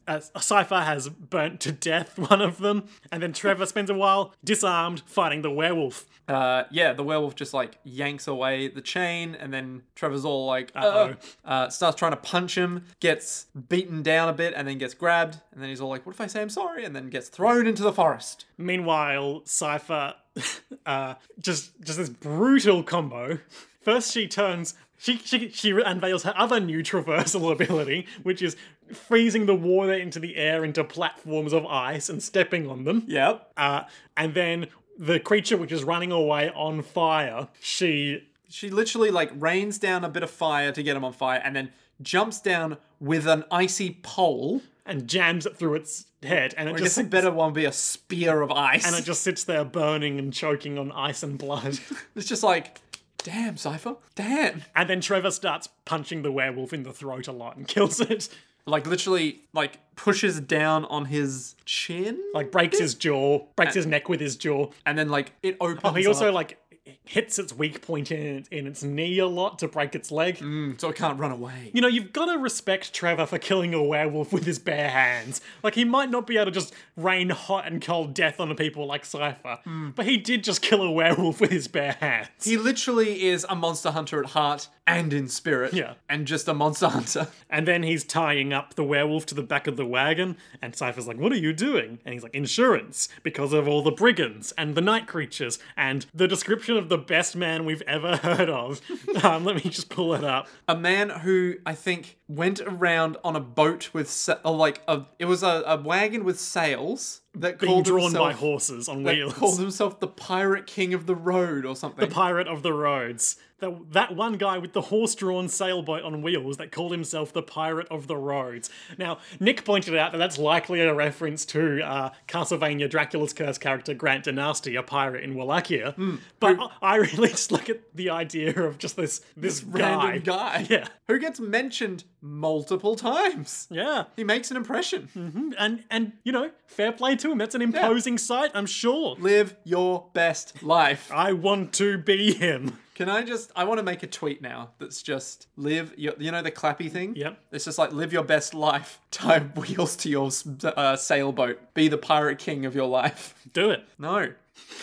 [SPEAKER 2] As Cypher has burnt to death one of them, and then Trevor spends a while disarmed fighting the werewolf.
[SPEAKER 3] uh, yeah. The werewolf just like yanks away the chain, and then Trevor's all like, uh,
[SPEAKER 2] Uh-oh.
[SPEAKER 3] uh, starts trying to punch him, gets beaten down a bit, and then gets grabbed, and then he's all like, what if I say I'm sorry, and then gets thrown into the forest.
[SPEAKER 2] Meanwhile, Cypher uh, just just this brutal combo. First, she turns. She, she, she unveils her other new traversal ability, which is freezing the water into the air into platforms of ice and stepping on them.
[SPEAKER 3] Yep.
[SPEAKER 2] Uh, and then the creature which is running away on fire, she
[SPEAKER 3] she literally like rains down a bit of fire to get him on fire and then jumps down with an icy pole.
[SPEAKER 2] and jams it through its head, and it
[SPEAKER 3] I guess
[SPEAKER 2] just
[SPEAKER 3] a better one would be a spear of ice.
[SPEAKER 2] and it just sits there burning and choking on ice and blood.
[SPEAKER 3] it's just like, damn, Cypher, damn.
[SPEAKER 2] and then Trevor starts punching the werewolf in the throat a lot and kills it.
[SPEAKER 3] Like literally like pushes down on his chin
[SPEAKER 2] Like breaks his jaw, breaks his neck with his jaw.
[SPEAKER 3] and then like it opens
[SPEAKER 2] Oh, He also
[SPEAKER 3] up,
[SPEAKER 2] like hits its weak point in, in its knee a lot to break its leg.
[SPEAKER 3] so it can't run away.
[SPEAKER 2] You know, you've got to respect Trevor for killing a werewolf with his bare hands. Like, he might not be able to just rain hot and cold death on people like Cypher, but he did just kill a werewolf with his bare hands.
[SPEAKER 3] He literally is a monster hunter at heart and in spirit.
[SPEAKER 2] Yeah.
[SPEAKER 3] And just a monster hunter.
[SPEAKER 2] And then he's tying up the werewolf to the back of the wagon, and Cypher's like, What are you doing? And he's like, Insurance, because of all the brigands and the night creatures, and the description of the best man we've ever heard of. um, let me just pull it up.
[SPEAKER 3] a man who I think went around on a boat with sa- or like a it was a, a wagon with sails that
[SPEAKER 2] Being
[SPEAKER 3] called
[SPEAKER 2] drawn
[SPEAKER 3] himself,
[SPEAKER 2] by horses on
[SPEAKER 3] that
[SPEAKER 2] wheels.
[SPEAKER 3] called himself the pirate king of the road or something.
[SPEAKER 2] pirate of the roads. The, that one guy with the horse-drawn sailboat on wheels that called himself the pirate of the roads. Now, Nick pointed out that that's likely a reference to uh, Castlevania Dracula's Curse character Grant Dynasty, a pirate in Wallachia.
[SPEAKER 3] Hmm.
[SPEAKER 2] But I I really just look at the idea of just this this, guy.
[SPEAKER 3] Random guy,
[SPEAKER 2] Yeah.
[SPEAKER 3] who gets mentioned multiple times.
[SPEAKER 2] Yeah,
[SPEAKER 3] He makes an impression.
[SPEAKER 2] and and you know, fair play to him. That's an imposing sight, I'm sure.
[SPEAKER 3] Live your best life.
[SPEAKER 2] I want to be him.
[SPEAKER 3] Can I just? I want to make a tweet now that's just live your, you know, the clappy thing?
[SPEAKER 2] Yep.
[SPEAKER 3] It's just like live your best life, tie wheels to your uh, sailboat, be the pirate king of your life.
[SPEAKER 2] Do it.
[SPEAKER 3] No.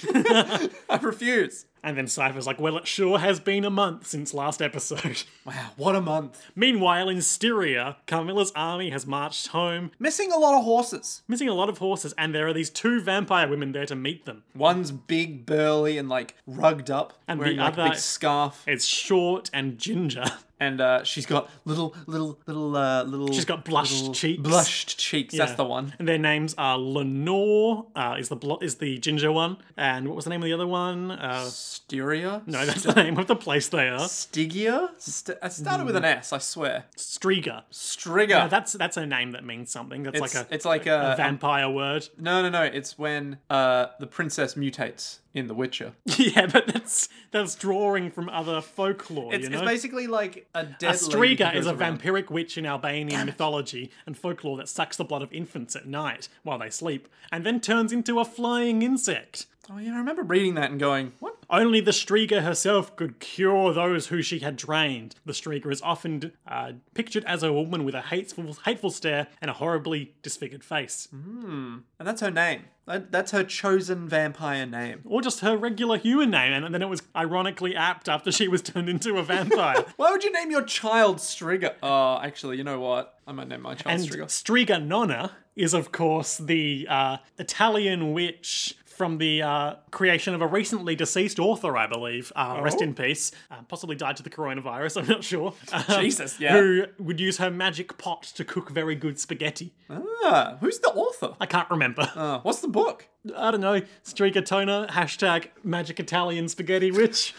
[SPEAKER 3] I refuse.
[SPEAKER 2] And then Cypher's like, well, it sure has been a month since last episode.
[SPEAKER 3] Wow, what a month.
[SPEAKER 2] Meanwhile, in Styria, Carmilla's army has marched home,
[SPEAKER 3] Missing a lot of horses.
[SPEAKER 2] missing a lot of horses, and there are these two vampire women there to meet them.
[SPEAKER 3] One's big, burly, and like rugged up, and
[SPEAKER 2] the
[SPEAKER 3] wearing like a
[SPEAKER 2] other-
[SPEAKER 3] big scarf.
[SPEAKER 2] It's Short and Ginger.
[SPEAKER 3] And uh, she's got little, little, little, uh, little.
[SPEAKER 2] She's got blushed cheeks.
[SPEAKER 3] Blushed cheeks, that's
[SPEAKER 2] Yeah.
[SPEAKER 3] the one.
[SPEAKER 2] And their names are Lenore, uh, is the blo- is the ginger one, and what was the name of the other one? Uh,
[SPEAKER 3] Styria?
[SPEAKER 2] no, that's the name of the place they are.
[SPEAKER 3] Stygia? St- I started with an S, I swear.
[SPEAKER 2] Striga.
[SPEAKER 3] Strigger.
[SPEAKER 2] Uh, that's that's a name Mm. that means something. That's
[SPEAKER 3] it's,
[SPEAKER 2] like a,
[SPEAKER 3] it's like
[SPEAKER 2] a
[SPEAKER 3] a. um,
[SPEAKER 2] vampire word.
[SPEAKER 3] no, no, no. It's when uh, the princess mutates in The Witcher.
[SPEAKER 2] yeah, but that's that's drawing from other folklore.
[SPEAKER 3] It's,
[SPEAKER 2] you know?
[SPEAKER 3] it's basically like a dead.
[SPEAKER 2] A
[SPEAKER 3] lady
[SPEAKER 2] Striga
[SPEAKER 3] who
[SPEAKER 2] is a
[SPEAKER 3] goes around.
[SPEAKER 2] vampiric witch in Albanian mythology and folklore that sucks the blood of infants at night while they sleep, and then turns into a flying insect.
[SPEAKER 3] Oh yeah, I remember reading that and going, "What?
[SPEAKER 2] Only the Striga herself could cure those who she had drained. The Striga is often uh, pictured as a woman with a hateful, hateful stare and a horribly disfigured face,
[SPEAKER 3] And that's her name. That, that's her chosen vampire name.
[SPEAKER 2] or just her regular human name, and then it was ironically apt after she was turned into a vampire.
[SPEAKER 3] Why would you name your child Strigger? Oh, actually, you know what? I might name my child
[SPEAKER 2] And
[SPEAKER 3] Strigger.
[SPEAKER 2] Striga Nonna is, of course, the uh, Italian witch from the uh, creation of a recently deceased author, I believe. Uh, Rest
[SPEAKER 3] Oh.
[SPEAKER 2] in peace. Uh, possibly died to the coronavirus, I'm not sure. Um,
[SPEAKER 3] Jesus, yeah.
[SPEAKER 2] Who would use her magic pot to cook very good spaghetti.
[SPEAKER 3] Ah, who's the author?
[SPEAKER 2] I can't remember.
[SPEAKER 3] Uh, what's the book?
[SPEAKER 2] I don't know. Striga Tona, hashtag magic Italian spaghetti witch.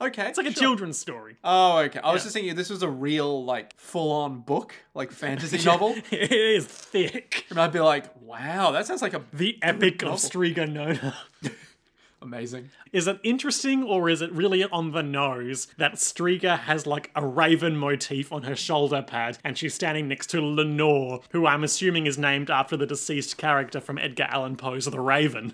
[SPEAKER 3] Okay, it's
[SPEAKER 2] Like a children's story.
[SPEAKER 3] Oh, okay. I was just thinking this was a real, like, full-on book, like fantasy novel.
[SPEAKER 2] it is thick.
[SPEAKER 3] And I'd be like, "Wow, that sounds like a
[SPEAKER 2] The epic of Striga Nona.
[SPEAKER 3] amazing."
[SPEAKER 2] Is it interesting or is it really on the nose that Striga has like a raven motif on her shoulder pad and she's standing next to Lenore, who I'm assuming is named after the deceased character from Edgar Allan Poe's The Raven?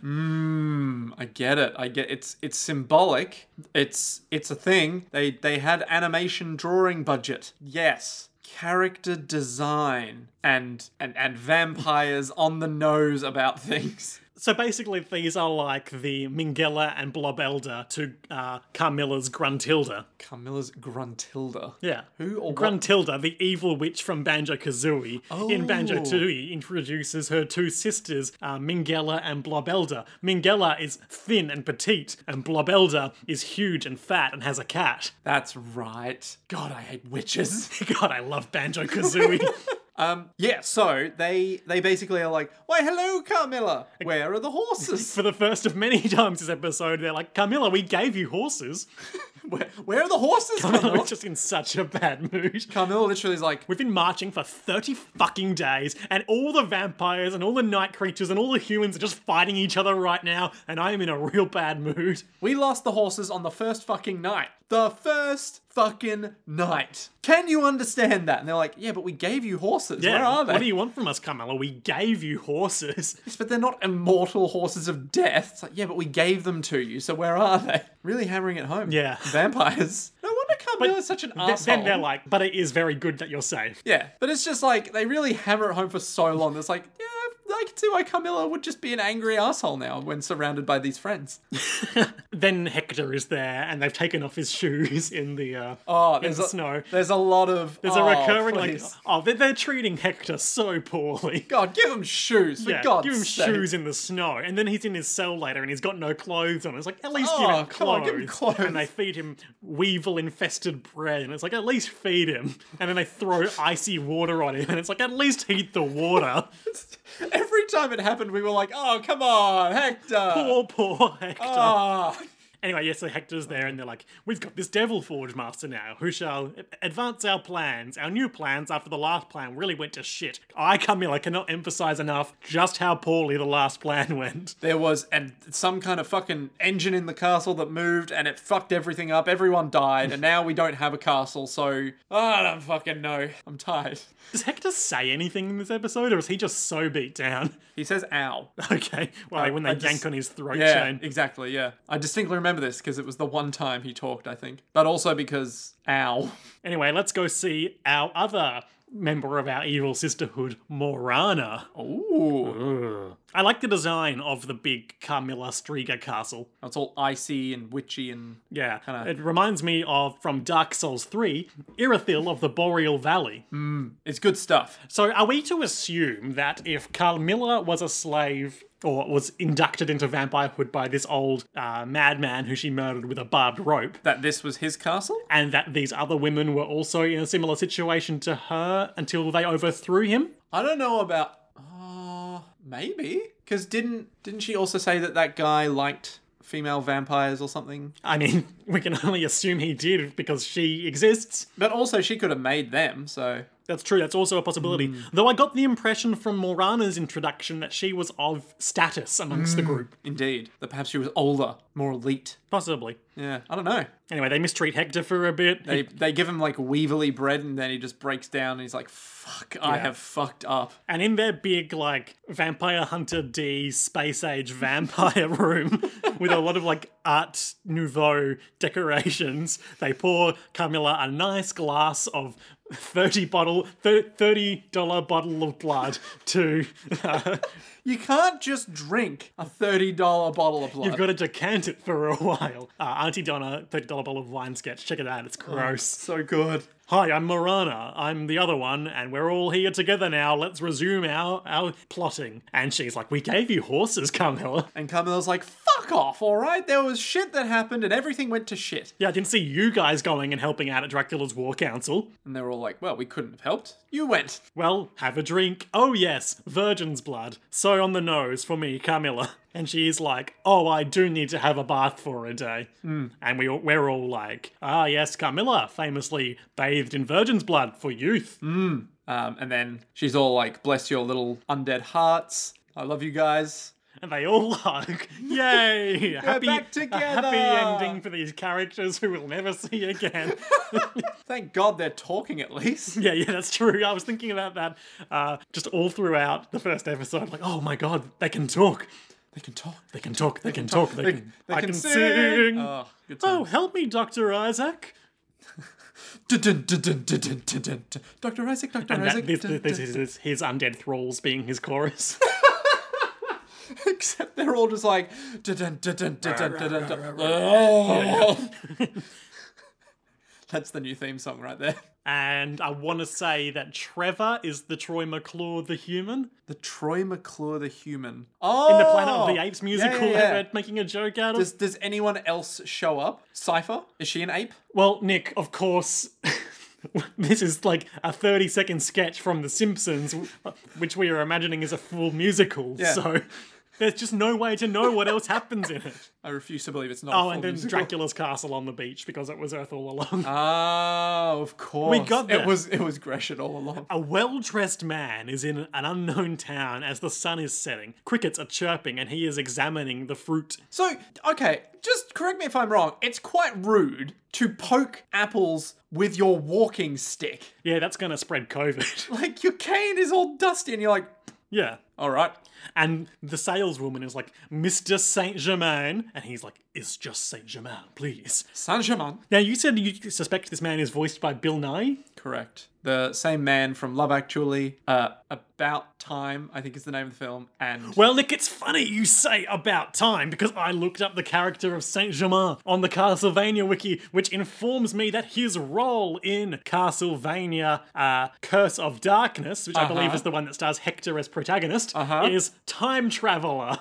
[SPEAKER 3] I get it. I get it's it's symbolic. It's it's a thing. They they had animation drawing budget. Yes. Character design and and and vampires on the nose about things.
[SPEAKER 2] So basically, these are like the Mingilla and Blobelda to uh, Carmilla's Gruntilda.
[SPEAKER 3] Carmilla's Gruntilda.
[SPEAKER 2] Yeah.
[SPEAKER 3] Who or what?
[SPEAKER 2] Gruntilda, the evil witch from Banjo Kazooie, in
[SPEAKER 3] Oh.
[SPEAKER 2] Banjo Tooie introduces her two sisters, uh, Mingela and Blobelda. Mingela is thin and petite, and Blobelda is huge and fat and has a cat.
[SPEAKER 3] That's right. God, I hate witches.
[SPEAKER 2] God, I love Banjo Kazooie.
[SPEAKER 3] Um, yeah. So they they basically are like, why, hello, Carmilla. Where are the horses?
[SPEAKER 2] For the first of many times this episode, they're like, Carmilla, we gave you horses.
[SPEAKER 3] Where, where are the horses?
[SPEAKER 2] We're
[SPEAKER 3] Camille?
[SPEAKER 2] just in such a bad mood.
[SPEAKER 3] Camille literally is like,
[SPEAKER 2] We've been marching for 30 fucking days, and all the vampires and all the night creatures and all the humans are just fighting each other right now, and I am in a real bad mood.
[SPEAKER 3] we lost the horses on the first fucking night. The first fucking night. Can you understand that? And they're like, yeah, but we gave you horses.
[SPEAKER 2] Yeah,
[SPEAKER 3] where are they?
[SPEAKER 2] What do you want from us, Carmela? We gave you horses.
[SPEAKER 3] Yes, but they're not immortal horses of death. It's like, yeah, but we gave them to you, so where are they? Really hammering it home.
[SPEAKER 2] Yeah.
[SPEAKER 3] Vampires. No wonder Carmilla is such an
[SPEAKER 2] Th-
[SPEAKER 3] asshole.
[SPEAKER 2] then they're like, but it is very good that you're safe.
[SPEAKER 3] yeah, but it's just like, they really hammer it home for so long. It's like, yeah, I can see why Carmilla would just be an angry asshole now when surrounded by these friends.
[SPEAKER 2] Then Hector is there, and they've taken off his shoes in the uh,
[SPEAKER 3] Oh,
[SPEAKER 2] in
[SPEAKER 3] there's
[SPEAKER 2] the
[SPEAKER 3] a,
[SPEAKER 2] snow.
[SPEAKER 3] There's a lot of. Oh,
[SPEAKER 2] There's a recurring like, oh, they're, they're treating Hector so poorly.
[SPEAKER 3] God, give him shoes, for
[SPEAKER 2] Yeah,
[SPEAKER 3] God's
[SPEAKER 2] give him
[SPEAKER 3] sake.
[SPEAKER 2] shoes in the snow, and then he's in his cell later, and he's got no clothes on. It's like at least
[SPEAKER 3] Oh,
[SPEAKER 2] give him
[SPEAKER 3] come
[SPEAKER 2] clothes.
[SPEAKER 3] on, give him clothes.
[SPEAKER 2] And they feed him weevil-infested bread, and it's like at least feed him. And then they throw icy water on him, and it's like at least heat the water.
[SPEAKER 3] Every time it happened, we were like, oh, come on, Hector.
[SPEAKER 2] poor, poor Hector.
[SPEAKER 3] Ah.
[SPEAKER 2] Anyway, yes, so Hector's there, and they're like, "We've got this Devil Forge Master now, who shall a- advance our plans. Our new plans after the last plan really went to shit. I, Camilla, cannot emphasize enough just how poorly the last plan went.
[SPEAKER 3] There was and some kind of fucking engine in the castle that moved and it fucked everything up. Everyone died, and now we don't have a castle. So ah, I don't fucking know. I'm tired.
[SPEAKER 2] Does Hector say anything in this episode, or is he just so beat down?
[SPEAKER 3] He says, "Ow."
[SPEAKER 2] Okay, well, when they
[SPEAKER 3] I
[SPEAKER 2] yank
[SPEAKER 3] just-
[SPEAKER 2] on his throat
[SPEAKER 3] Yeah,
[SPEAKER 2] chain.
[SPEAKER 3] exactly. Yeah, I distinctly remember this because it was the one time he talked, I think, but also because ow.
[SPEAKER 2] Anyway, let's go see our other member of our evil sisterhood, Morana.
[SPEAKER 3] Ooh,
[SPEAKER 2] Uh-huh. I like the design of the big Carmilla Striga castle.
[SPEAKER 3] it's all icy and witchy and
[SPEAKER 2] Yeah, it reminds me of from Dark Souls 3, Irithyll of the Boreal Valley.
[SPEAKER 3] it's good stuff.
[SPEAKER 2] So, are we to assume that if Carmilla was a slave or was inducted into vampirehood by this old uh, madman who she murdered with a barbed rope,
[SPEAKER 3] That this was his castle.
[SPEAKER 2] and that these other women were also in a similar situation to her until they overthrew him?
[SPEAKER 3] I don't know about. Uh, maybe because didn't didn't she also say that that guy liked female vampires or something?
[SPEAKER 2] I mean, we can only assume he did because she exists.
[SPEAKER 3] But also, she could have made them. So
[SPEAKER 2] That's true, that's also a possibility. Though I got the impression from Morana's introduction that she was of status amongst the group.
[SPEAKER 3] indeed, that perhaps she was older, more elite.
[SPEAKER 2] Possibly.
[SPEAKER 3] Yeah, I don't know.
[SPEAKER 2] Anyway, they mistreat Hector for a bit.
[SPEAKER 3] They they give him like weevilly bread, and then he just breaks down, and he's like, "Fuck, I have fucked up."
[SPEAKER 2] and in their big, like, Vampire Hunter D space age vampire room with a lot of, like, Art Nouveau decorations, they pour Carmilla a nice glass of 30 bottle, thir- $30 bottle of blood to. Uh,
[SPEAKER 3] You can't just drink a thirty dollar bottle of blood.
[SPEAKER 2] you've got to decant it for a while. Uh, Auntie Donna, $30 bottle of wine sketch. Check it out, it's gross.
[SPEAKER 3] so good.
[SPEAKER 2] Hi, I'm Morana. I'm the other one, and we're all here together now. Let's resume our, our plotting. And she's like, We gave you horses, Carmilla.
[SPEAKER 3] And Carmela's like, "Fuck off, all right." There was shit that happened, and everything went to shit.
[SPEAKER 2] Yeah, I can see you guys going and helping out at Dracula's War Council.
[SPEAKER 3] And they were all like, "Well, we couldn't have helped. You went."
[SPEAKER 2] Well, have a drink. Oh, yes, virgin's blood. So on the nose for me, Carmilla. And she's like, Oh, I do need to have a bath for a day. And we, all- we're all like, Ah, yes, Carmilla, famously bathed in virgin's blood for youth.
[SPEAKER 3] Um, and then she's all like, "Bless your little undead hearts. I love you guys."
[SPEAKER 2] And they all hug. Yay! happy,
[SPEAKER 3] back
[SPEAKER 2] A
[SPEAKER 3] together!
[SPEAKER 2] happy ending for these characters who we'll never see again.
[SPEAKER 3] Thank God they're talking at least.
[SPEAKER 2] yeah, yeah, that's true. I was thinking about that uh, just all throughout the first episode. Like, oh my god, they can talk.
[SPEAKER 3] They can talk.
[SPEAKER 2] They can talk. They can talk. They, can, I can sing.
[SPEAKER 3] Oh, good
[SPEAKER 2] oh,
[SPEAKER 3] times.
[SPEAKER 2] help me, Dr. Isaac.
[SPEAKER 3] Dr. Isaac, Dr.
[SPEAKER 2] And that,
[SPEAKER 3] Isaac.
[SPEAKER 2] this,
[SPEAKER 3] dun,
[SPEAKER 2] this
[SPEAKER 3] dun,
[SPEAKER 2] is his, his undead thralls being his chorus.
[SPEAKER 3] dun. Except they're all just like. dun, dun, dun, dun, dun, dun, dun, dun, dun. Oh. That's the new theme song right there.
[SPEAKER 2] and I want to say that Trevor is the Troy McClure the human.
[SPEAKER 3] The Troy McClure the Human. Oh!
[SPEAKER 2] In the Planet of the Apes musical
[SPEAKER 3] yeah, yeah.
[SPEAKER 2] that we're making a joke out of.
[SPEAKER 3] Does, does anyone else show up? Cypher? Is she an ape?
[SPEAKER 2] Well, Nick, of course, this is like a 30 second sketch from The Simpsons, which we are imagining is a full musical. So There's just no way to know what else happens in it.
[SPEAKER 3] I refuse to believe it's not. a
[SPEAKER 2] Oh,
[SPEAKER 3] full
[SPEAKER 2] and then
[SPEAKER 3] musical. Uh.
[SPEAKER 2] Dracula's castle on the beach because it was Earth all along.
[SPEAKER 3] Oh, of course.
[SPEAKER 2] got there.
[SPEAKER 3] It was it was Gresham all along.
[SPEAKER 2] A well dressed man is in an unknown town as the sun is setting. Crickets are chirping and he is examining the fruit.
[SPEAKER 3] So, okay, just correct me if I'm wrong. It's quite rude to poke apples with your walking stick.
[SPEAKER 2] Yeah, that's going to spread COVID.
[SPEAKER 3] Like your cane is all dusty, and you're like,
[SPEAKER 2] yeah.
[SPEAKER 3] all right.
[SPEAKER 2] And the saleswoman is like, Mr. Saint Germain. And he's like, It's just Saint Germain, please.
[SPEAKER 3] Saint Germain.
[SPEAKER 2] Now, you said you suspect this man is voiced by Bill Nye.
[SPEAKER 3] Correct. The same man from Love Actually, uh, About Time, I think is the name of the film, and
[SPEAKER 2] Well, Nick, it's funny you say about time because I looked up the character of Saint Germain on the Castlevania wiki, which informs me that his role in Castlevania uh, Curse of Darkness, which I believe is the one that stars Hector as protagonist, is time traveler.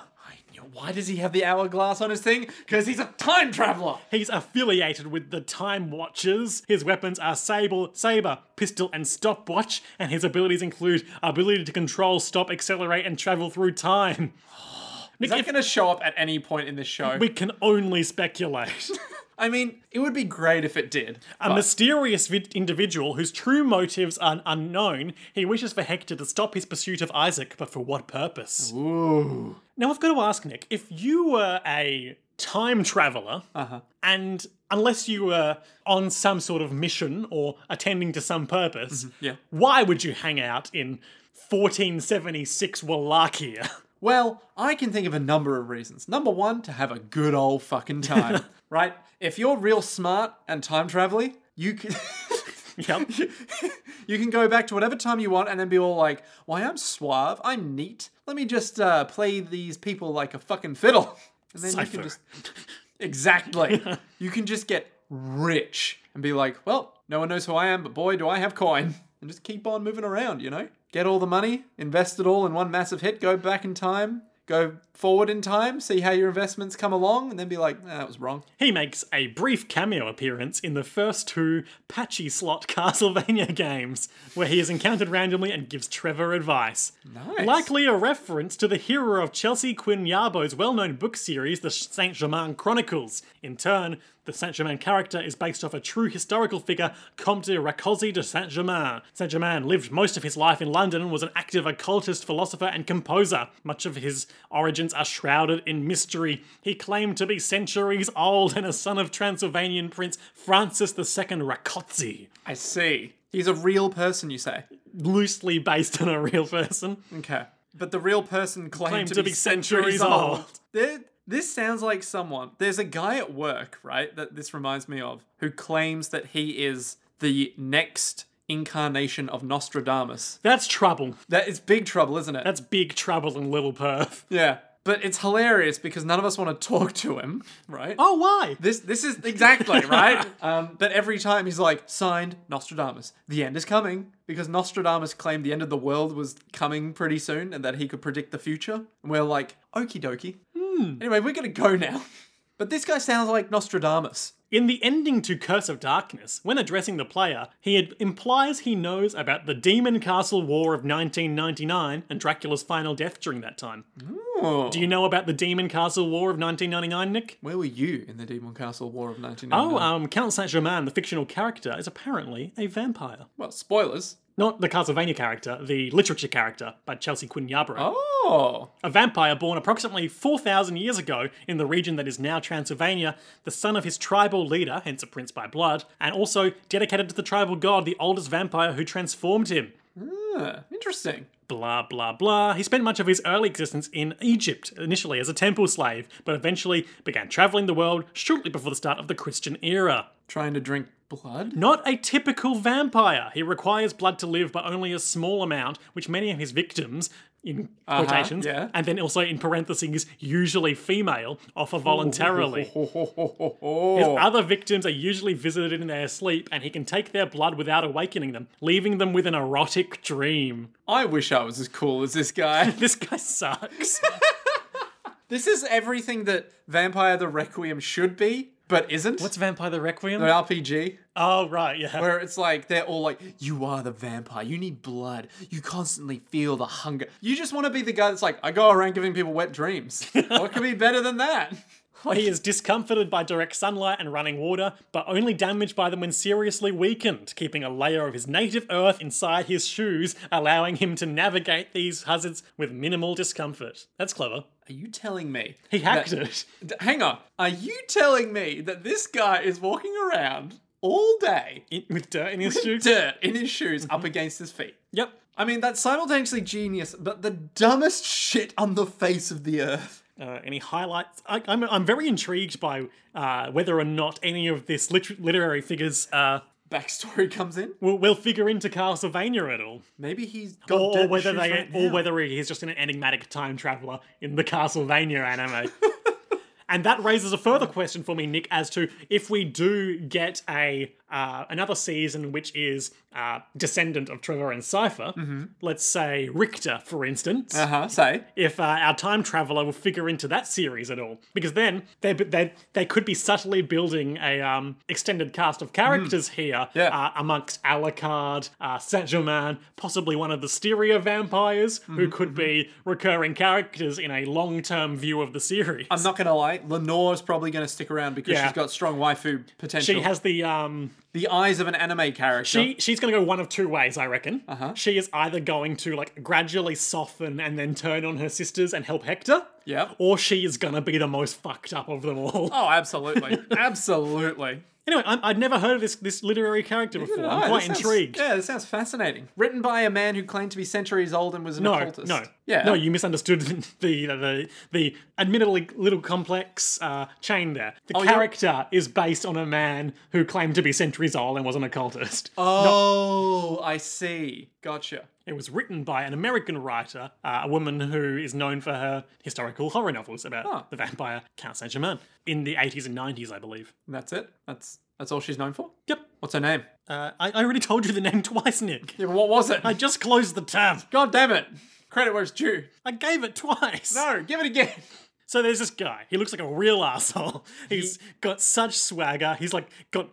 [SPEAKER 3] why does he have the hourglass on his thing? Because he's a time traveler.
[SPEAKER 2] He's affiliated with the Time Watchers. His weapons are sable, saber, pistol, and stopwatch, and his abilities include ability to control, stop, accelerate, and travel through time. Nick,
[SPEAKER 3] Is that
[SPEAKER 2] if-
[SPEAKER 3] going to show up at any point in this show?
[SPEAKER 2] we can only speculate.
[SPEAKER 3] I mean, it would be great if it did.
[SPEAKER 2] A mysterious vid- individual whose true motives are unknown, he wishes for Hector to stop his pursuit of Isaac, but for what purpose?
[SPEAKER 3] Ooh.
[SPEAKER 2] Now, I've got to ask, Nick, if you were a time traveler,
[SPEAKER 3] Uh-huh.
[SPEAKER 2] and unless you were on some sort of mission or attending to some purpose,
[SPEAKER 3] Mm-hmm, yeah.
[SPEAKER 2] why would you hang out in 1476 Wallachia?
[SPEAKER 3] Well, I can think of a number of reasons. Number one, to have a good old fucking time, right? If you're real smart and time traveling, you can.
[SPEAKER 2] yep.
[SPEAKER 3] you can go back to whatever time you want and then be all like, why, I'm suave, I'm neat. Let me just uh, play these people like a fucking fiddle. And then you
[SPEAKER 2] Cypher.
[SPEAKER 3] can just. Exactly. you can just get rich and be like, well, no one knows who I am, but boy, do I have coin. And just keep on moving around, you know? Get all the money, invest it all in one massive hit, go back in time, go forward in time, see how your investments come along, and then be like, nah, that was wrong.
[SPEAKER 2] He makes a brief cameo appearance in the first two patchy slot Castlevania games, where he is encountered randomly and gives Trevor advice.
[SPEAKER 3] Nice.
[SPEAKER 2] Likely a reference to the hero of Chelsea Quinn Yarbo's well known book series, The Saint Germain Chronicles. In turn, the Saint Germain character is based off a true historical figure, Comte Racosi de Saint Germain. Saint Germain lived most of his life in London and was an active occultist, philosopher, and composer. Much of his origins are shrouded in mystery. He claimed to be centuries old and a son of Transylvanian Prince Francis II Racosi,
[SPEAKER 3] I see. He's a real person, you say.
[SPEAKER 2] loosely based on a real person.
[SPEAKER 3] Okay. But the real person claimed, to, be, centuries, old. There- this sounds like someone. There's a guy at work, right, that this reminds me of, who claims that he is the next incarnation of Nostradamus.
[SPEAKER 2] That's trouble.
[SPEAKER 3] That is big trouble, isn't it?
[SPEAKER 2] That's big trouble in Little Perth.
[SPEAKER 3] yeah. But it's hilarious because none of us want to talk to him, right?
[SPEAKER 2] Oh, why?
[SPEAKER 3] This this is exactly right. Um, but every time he's like, signed Nostradamus. The end is coming because Nostradamus claimed the end of the world was coming pretty soon and that he could predict the future. And we're like, okie dokie. Anyway, we're gonna go now. But this guy sounds like Nostradamus.
[SPEAKER 2] In the ending to Curse of Darkness, when addressing the player, he ad- implies he knows about the Demon Castle War of 1999 and Dracula's final death during that time.
[SPEAKER 3] Oh.
[SPEAKER 2] Do you know about the Demon Castle War of 1999, Nick?
[SPEAKER 3] Where were you in the Demon Castle War of 1999?
[SPEAKER 2] Oh, um, Count Saint Germain, the fictional character, is apparently a vampire.
[SPEAKER 3] well, spoilers.
[SPEAKER 2] Not the Castlevania character, the literature character by Chelsea Quinn Yarborough.
[SPEAKER 3] Oh,
[SPEAKER 2] A vampire born approximately 4,000 years ago in the region that is now Transylvania, the son of his tribal leader, hence a prince by blood, and also dedicated to the tribal god, the oldest vampire who transformed him.
[SPEAKER 3] huh, interesting.
[SPEAKER 2] Blah, blah, blah. He spent much of his early existence in Egypt, initially as a temple slave, but eventually began traveling the world shortly before the start of the Christian era.
[SPEAKER 3] Trying to drink blood?
[SPEAKER 2] Not a typical vampire. He requires blood to live, but only a small amount, which many of his victims, in quotations,
[SPEAKER 3] yeah.
[SPEAKER 2] and then also in parentheses, usually female, offer voluntarily.
[SPEAKER 3] Oh,
[SPEAKER 2] His other victims are usually visited in their sleep, and he can take their blood without awakening them, leaving them with an erotic dream.
[SPEAKER 3] I wish I was as cool as this guy.
[SPEAKER 2] This guy sucks.
[SPEAKER 3] This is everything that Vampire the Requiem should be, but isn't.
[SPEAKER 2] What's Vampire the Requiem?
[SPEAKER 3] an RPG?
[SPEAKER 2] Oh, right, yeah.
[SPEAKER 3] where it's like they're all like, "You are the vampire. You need blood. You constantly feel the hunger. You just want to be the guy that's like, I go around giving people wet dreams. what could be better than that?"
[SPEAKER 2] He is discomforted by direct sunlight and running water, but only damaged by them when seriously weakened, keeping a layer of his native earth inside his shoes, allowing him to navigate these hazards with minimal discomfort. That's clever.
[SPEAKER 3] Are you telling me
[SPEAKER 2] He hacked
[SPEAKER 3] that-
[SPEAKER 2] it.
[SPEAKER 3] D- Hang on. Are you telling me that this guy is walking around all day,
[SPEAKER 2] In- with dirt in his shoes.
[SPEAKER 3] dirt in his shoes, up against his feet?
[SPEAKER 2] Yep.
[SPEAKER 3] I mean, that's simultaneously genius, but the dumbest shit on the face of the earth.
[SPEAKER 2] Uh, any highlights? I, I'm, I'm very intrigued by uh, whether or not any of this liter- literary figures uh,
[SPEAKER 3] Backstory comes in.
[SPEAKER 2] will, will figure into Castlevania at all,
[SPEAKER 3] Maybe he's got
[SPEAKER 2] or,
[SPEAKER 3] dirt
[SPEAKER 2] or
[SPEAKER 3] in
[SPEAKER 2] whether
[SPEAKER 3] his
[SPEAKER 2] they,
[SPEAKER 3] shoes right
[SPEAKER 2] or
[SPEAKER 3] now.
[SPEAKER 2] whether he is just an enigmatic time traveler in the Castlevania anime. and that raises a further question for me, Nick, as to if we do get a uh, another season which is uh, descendant of Trevor and Cipher, let's say Richter, for instance
[SPEAKER 3] Uh-huh, say.
[SPEAKER 2] if uh, our time traveler will figure into that series at all, because then they they they could be subtly building a um, extended cast of characters here
[SPEAKER 3] Hmm. Yeah.
[SPEAKER 2] uh, amongst Alucard, uh, Saint Germain, possibly one of the Stereo vampires
[SPEAKER 3] Hmm,
[SPEAKER 2] who could be recurring characters in a long term view of the series.
[SPEAKER 3] I'm not gonna lie, Lenore's probably gonna stick around because
[SPEAKER 2] Yeah.
[SPEAKER 3] she's got strong waifu potential.
[SPEAKER 2] she has the um
[SPEAKER 3] the eyes of an anime character.
[SPEAKER 2] she she's gonna go one of two ways, I reckon. Uh-huh. She is either going to like gradually soften and then turn on her sisters and help Hector,
[SPEAKER 3] Yep.
[SPEAKER 2] or she is gonna be the most fucked up of them all.
[SPEAKER 3] Oh, absolutely, absolutely.
[SPEAKER 2] Anyway, I'm, I'd never heard of this this literary character before.
[SPEAKER 3] Oh,
[SPEAKER 2] I'm quite
[SPEAKER 3] this sounds-
[SPEAKER 2] intrigued.
[SPEAKER 3] yeah, this sounds fascinating. Written by a man who claimed to be centuries old and was an
[SPEAKER 2] No,
[SPEAKER 3] occultist.
[SPEAKER 2] no,
[SPEAKER 3] yeah,
[SPEAKER 2] no. You misunderstood the the the, the admittedly little complex uh, chain there. The
[SPEAKER 3] yeah.
[SPEAKER 2] character is based on a man who claimed to be centuries old and was an occultist.
[SPEAKER 3] Oh, I see. Gotcha.
[SPEAKER 2] It was written by an American writer, uh, a woman who is known for her historical horror novels about the vampire Count Saint Germain in the 80s and 90s, I believe.
[SPEAKER 3] That's it. That's that's all she's known for.
[SPEAKER 2] Yep.
[SPEAKER 3] What's her name?
[SPEAKER 2] Uh, I, I already told you the name twice, Nick.
[SPEAKER 3] Yeah, but what was it?
[SPEAKER 2] I just closed the tab.
[SPEAKER 3] God damn it! Credit where it's due.
[SPEAKER 2] I gave it twice.
[SPEAKER 3] No, give it again.
[SPEAKER 2] So there's this guy. He looks like a real asshole. He's got such swagger. He's like got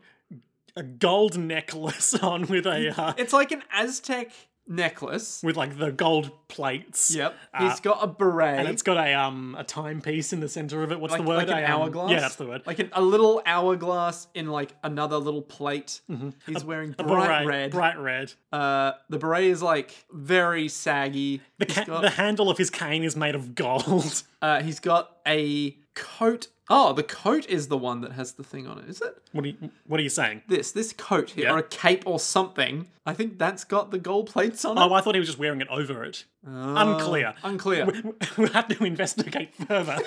[SPEAKER 2] a gold necklace on with a uh,
[SPEAKER 3] It's like an Aztec necklace.
[SPEAKER 2] with like the gold plates.
[SPEAKER 3] Yep. He's got a beret.
[SPEAKER 2] Ah. And it's got a um a timepiece in the center of it. What's
[SPEAKER 3] like,
[SPEAKER 2] the word?
[SPEAKER 3] like an
[SPEAKER 2] A, um,
[SPEAKER 3] hourglass.
[SPEAKER 2] Yeah, that's the word.
[SPEAKER 3] Like an, a little hourglass in like another little plate. He's wearing bright
[SPEAKER 2] Mm-hmm. Beret,
[SPEAKER 3] red.
[SPEAKER 2] Bright red.
[SPEAKER 3] Uh, the beret is like very saggy.
[SPEAKER 2] The, ca- the handle of his cane is made of gold.
[SPEAKER 3] Uh, he's got a coat. Oh, the coat is the one that has the thing on it, is it?
[SPEAKER 2] what are you, What are you saying?
[SPEAKER 3] This this coat here,
[SPEAKER 2] Yeah.
[SPEAKER 3] or a cape or something. I think that's got the gold plates on it.
[SPEAKER 2] Oh, I thought he was just wearing it over it. Unclear.
[SPEAKER 3] Oh, Unclear.
[SPEAKER 2] We- We'll have to investigate further.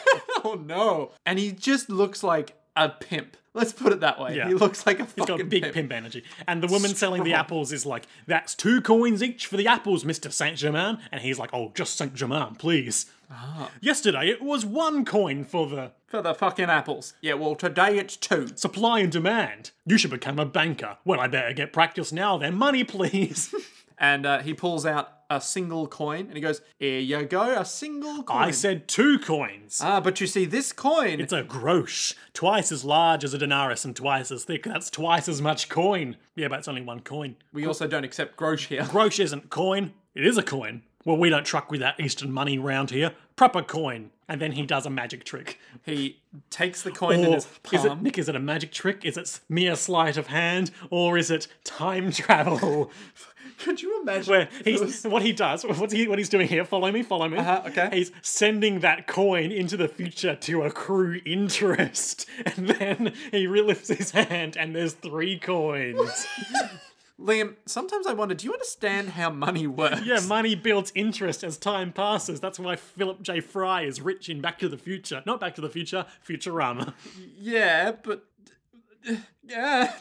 [SPEAKER 3] oh no! And he just looks like a pimp. Let's put it that way.
[SPEAKER 2] Yeah.
[SPEAKER 3] He looks like a fucking
[SPEAKER 2] got big
[SPEAKER 3] pimp.
[SPEAKER 2] pimp. energy. And the woman selling the apples is like, that's two coins each for the apples, Mr. Saint Germain. And he's like, oh, just Saint Germain, please.
[SPEAKER 3] Ah.
[SPEAKER 2] Yesterday it was one coin for the
[SPEAKER 3] for the fucking apples. Yeah. Well, today it's two.
[SPEAKER 2] supply and demand. You should become a banker. Well, I better get practice now then. Money, please.
[SPEAKER 3] and uh, he pulls out a single coin and he goes, "Here you go, a single coin."
[SPEAKER 2] I said two coins.
[SPEAKER 3] ah, but you see, this coin
[SPEAKER 2] it's a grosh, twice as large as a denarius and twice as thick. That's twice as much coin. Yeah, but it's only one coin.
[SPEAKER 3] we also don't accept grosh here.
[SPEAKER 2] Grosh isn't coin, it is a coin. Well, we don't truck with that Eastern money round here. Proper coin. And then he does a magic trick.
[SPEAKER 3] He takes the coin in
[SPEAKER 2] Or
[SPEAKER 3] his
[SPEAKER 2] is it
[SPEAKER 3] palm.
[SPEAKER 2] Nick? Is it a magic trick? Is it s- mere sleight of hand, or is it time travel?
[SPEAKER 3] Could you imagine?
[SPEAKER 2] Where he's what he does? What's he, what he's doing here? Follow me, follow me.
[SPEAKER 3] Uh-huh, okay.
[SPEAKER 2] He's sending that coin into the future to accrue interest, and then he relifts his hand, and there's three coins.
[SPEAKER 3] Liam, sometimes I wonder, do you understand how money works?
[SPEAKER 2] Yeah, money builds interest as time passes. That's why Philip J. Fry is rich in Back to the Future. Not Back to the Future, Futurama.
[SPEAKER 3] yeah, but yeah.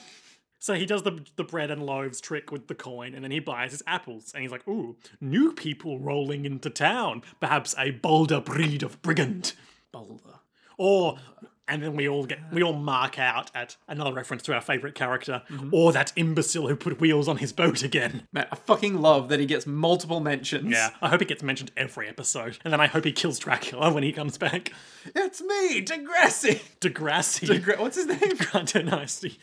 [SPEAKER 2] So he does the, the bread and loaves trick with the coin, and then he buys his apples. And he's like, ooh, new people rolling into town. Perhaps a bolder breed of brigand.
[SPEAKER 3] Boulder.
[SPEAKER 2] Or and then we all get we all mark out at another reference to our favorite character or that imbecile who put wheels on his boat again.
[SPEAKER 3] Man, I fucking love that he gets multiple mentions.
[SPEAKER 2] Yeah, I hope it gets mentioned every episode, and then I hope he kills Dracula when he comes back.
[SPEAKER 3] It's me, Degrassi.
[SPEAKER 2] Degrassi.
[SPEAKER 3] Degra- What's his name?
[SPEAKER 2] Grant Dynasty.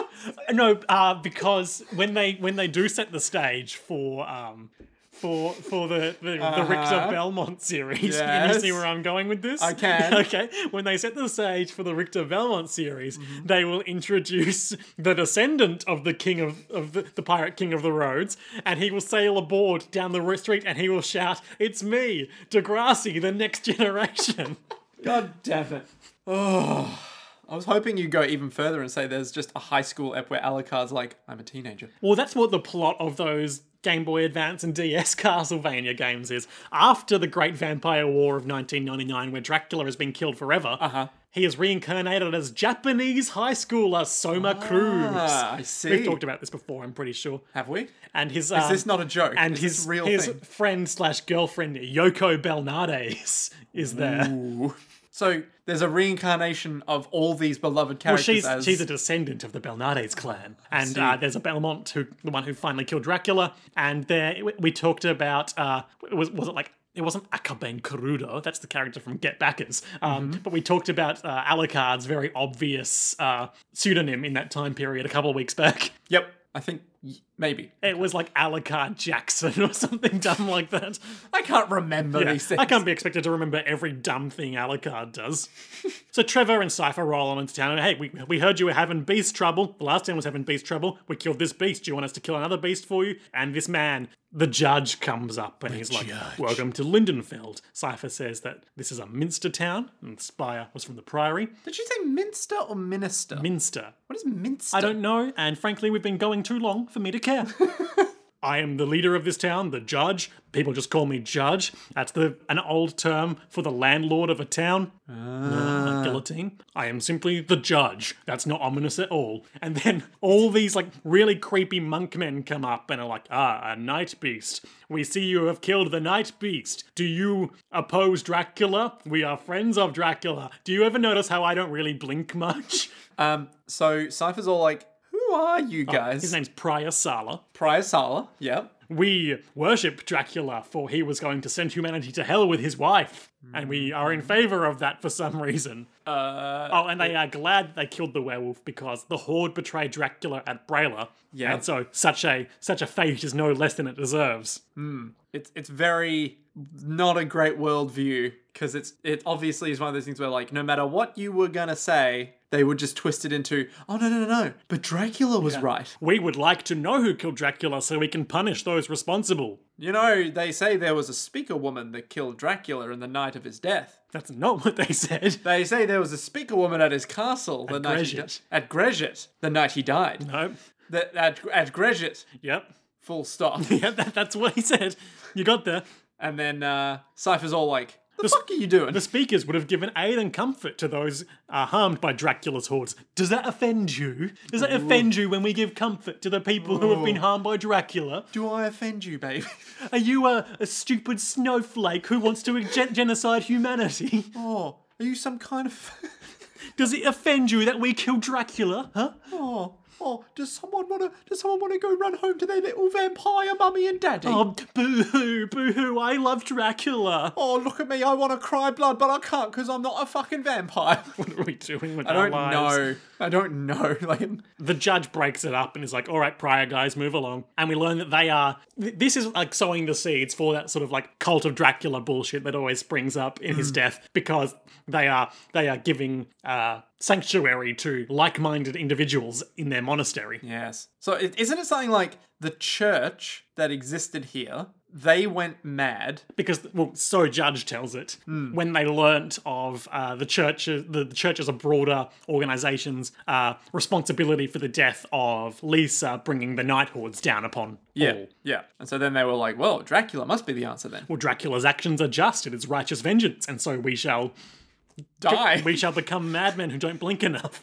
[SPEAKER 2] no, uh, because when they when they do set the stage for um for for the the, the Richter Belmont series, can you see
[SPEAKER 3] Uh-huh. Yes.
[SPEAKER 2] where I'm going with this?
[SPEAKER 3] I can.
[SPEAKER 2] okay, when they set the stage for the Richter Belmont series,
[SPEAKER 3] Mm-hmm.
[SPEAKER 2] they will introduce the descendant of the king of of the, the pirate king of the roads, and he will sail aboard down the street, and he will shout, "It's me, Degrassi, the next generation."
[SPEAKER 3] God damn it. Oh, I was hoping you'd go even further and say there's just a high school ep where Alucard's like, I'm a teenager.
[SPEAKER 2] Well, that's what the plot of those Game Boy Advance and DS Castlevania games is. After the Great Vampire War of 1999, where Dracula has been killed forever, uh-huh. he is reincarnated as Japanese high schooler Soma
[SPEAKER 3] Ah,
[SPEAKER 2] Cruz.
[SPEAKER 3] I see.
[SPEAKER 2] We've talked about this before, I'm pretty sure.
[SPEAKER 3] Have we?
[SPEAKER 2] And his
[SPEAKER 3] Is
[SPEAKER 2] um,
[SPEAKER 3] this not a joke?
[SPEAKER 2] and
[SPEAKER 3] Is
[SPEAKER 2] his
[SPEAKER 3] this real
[SPEAKER 2] his
[SPEAKER 3] thing?
[SPEAKER 2] friend slash girlfriend Yoko Belnades is there.
[SPEAKER 3] Ooh. So there's a reincarnation of all these beloved
[SPEAKER 2] Well,
[SPEAKER 3] characters.
[SPEAKER 2] she's
[SPEAKER 3] as...
[SPEAKER 2] she's a descendant of the Belnades clan, and
[SPEAKER 3] see.
[SPEAKER 2] uh, there's a Belmont who the one who finally killed Dracula, and there we, we talked about uh, it was was it like. It wasn't Akaben Kurudo, that's the character from Get Backers. Um,
[SPEAKER 3] Mm-hmm.
[SPEAKER 2] But we talked about uh, Alucard's very obvious uh, pseudonym in that time period a couple of weeks back.
[SPEAKER 3] Yep. I think y- maybe.
[SPEAKER 2] It was like Alucard Jackson or something dumb like that.
[SPEAKER 3] I can't remember
[SPEAKER 2] Yeah,
[SPEAKER 3] these things.
[SPEAKER 2] I can't be expected to remember every dumb thing Alucard does. so Trevor and Cypher roll on into town and hey, we, we heard you were having beast trouble. The last time was having beast trouble. We killed this beast. Do you want us to kill another beast for you? And this man, the judge, comes up and he's like,
[SPEAKER 3] judge.
[SPEAKER 2] Welcome to Lindenfeld. Cypher says that this is a Minster town, and the spire was from the Priory.
[SPEAKER 3] Did you say Minster or Minister?
[SPEAKER 2] Minster.
[SPEAKER 3] what is Minster?
[SPEAKER 2] I don't know, and frankly, we've been going too long for me to care. I am the leader of this town, the judge. People just call me judge. That's the an old term for the landlord of a town. Uh, guillotine. I am simply the judge. That's not ominous at all. And then all these like really creepy monk men come up and are like, ah, a night beast. We see you have killed the night beast. Do you oppose Dracula? We are friends of Dracula. Do you ever notice how I don't really blink much?
[SPEAKER 3] Um, so Cypher's all like, who are you guys?
[SPEAKER 2] Oh, His name's Prior Sala.
[SPEAKER 3] Prior Sala. Yep.
[SPEAKER 2] We worship Dracula, for he was going to send humanity to hell with his wife. And we are in favor of that for some reason. oh, and they are glad they killed the werewolf because the Horde betrayed Dracula at Brailer.
[SPEAKER 3] Yeah.
[SPEAKER 2] And so such a such a fate is no less than it deserves.
[SPEAKER 3] it's it's very not a great worldview because it's it obviously is one of those things where like no matter what you were gonna say they would just twist it into oh no no no no but Dracula was right
[SPEAKER 2] We would like to know who killed Dracula so we can punish those responsible.
[SPEAKER 3] you know they say there was a speaker woman that killed Dracula in the night of his death
[SPEAKER 2] That's not what they said.
[SPEAKER 3] they say there was a speaker woman at Mm. his castle the night he di-
[SPEAKER 2] Gresham.
[SPEAKER 3] at Gresham the night he died
[SPEAKER 2] No.
[SPEAKER 3] that at at Gresham
[SPEAKER 2] Yep.
[SPEAKER 3] full stop
[SPEAKER 2] Yeah, that, that's what he said. You got there.
[SPEAKER 3] and then uh, Cypher's all like the, fuck are you doing
[SPEAKER 2] The speakers would have given aid and comfort to those uh, harmed by Dracula's hordes. Does that offend you? Does that offend you when we give comfort to the people who have been harmed by Dracula?
[SPEAKER 3] do I offend you baby
[SPEAKER 2] Are you a, a stupid snowflake who wants to gen- genocide humanity?
[SPEAKER 3] oh are you some kind of
[SPEAKER 2] Does it offend you that we kill Dracula? Huh?
[SPEAKER 3] Oh, oh, does someone want to? Does someone want to go run home to their little vampire mummy and daddy? Oh,
[SPEAKER 2] Oh, boo hoo, boo hoo, I love Dracula.
[SPEAKER 3] Oh, look at me! I want to cry blood, but I can't because I'm not a fucking vampire.
[SPEAKER 2] What are we doing with
[SPEAKER 3] I
[SPEAKER 2] our
[SPEAKER 3] don't
[SPEAKER 2] lives?
[SPEAKER 3] know. I don't know. Like,
[SPEAKER 2] the judge breaks it up and is like, all right, prior guys, move along. And we learn that they are, th- this is like sowing the seeds for that sort of like cult of Dracula bullshit that always springs up in his death because they are, they are giving, uh, sanctuary to like-minded individuals in their monastery.
[SPEAKER 3] yes. So i- isn't it something like the church that existed here? They went mad.
[SPEAKER 2] because well so judge tells it when they learnt of uh, the church the, the church as a broader organization's uh, responsibility for the death of lisa bringing the night hordes down upon all.
[SPEAKER 3] yeah. And so then they were like, "Well, Dracula must be the answer then.
[SPEAKER 2] well dracula's actions are just it is righteous vengeance and so we shall
[SPEAKER 3] Die."
[SPEAKER 2] we shall become madmen who don't blink enough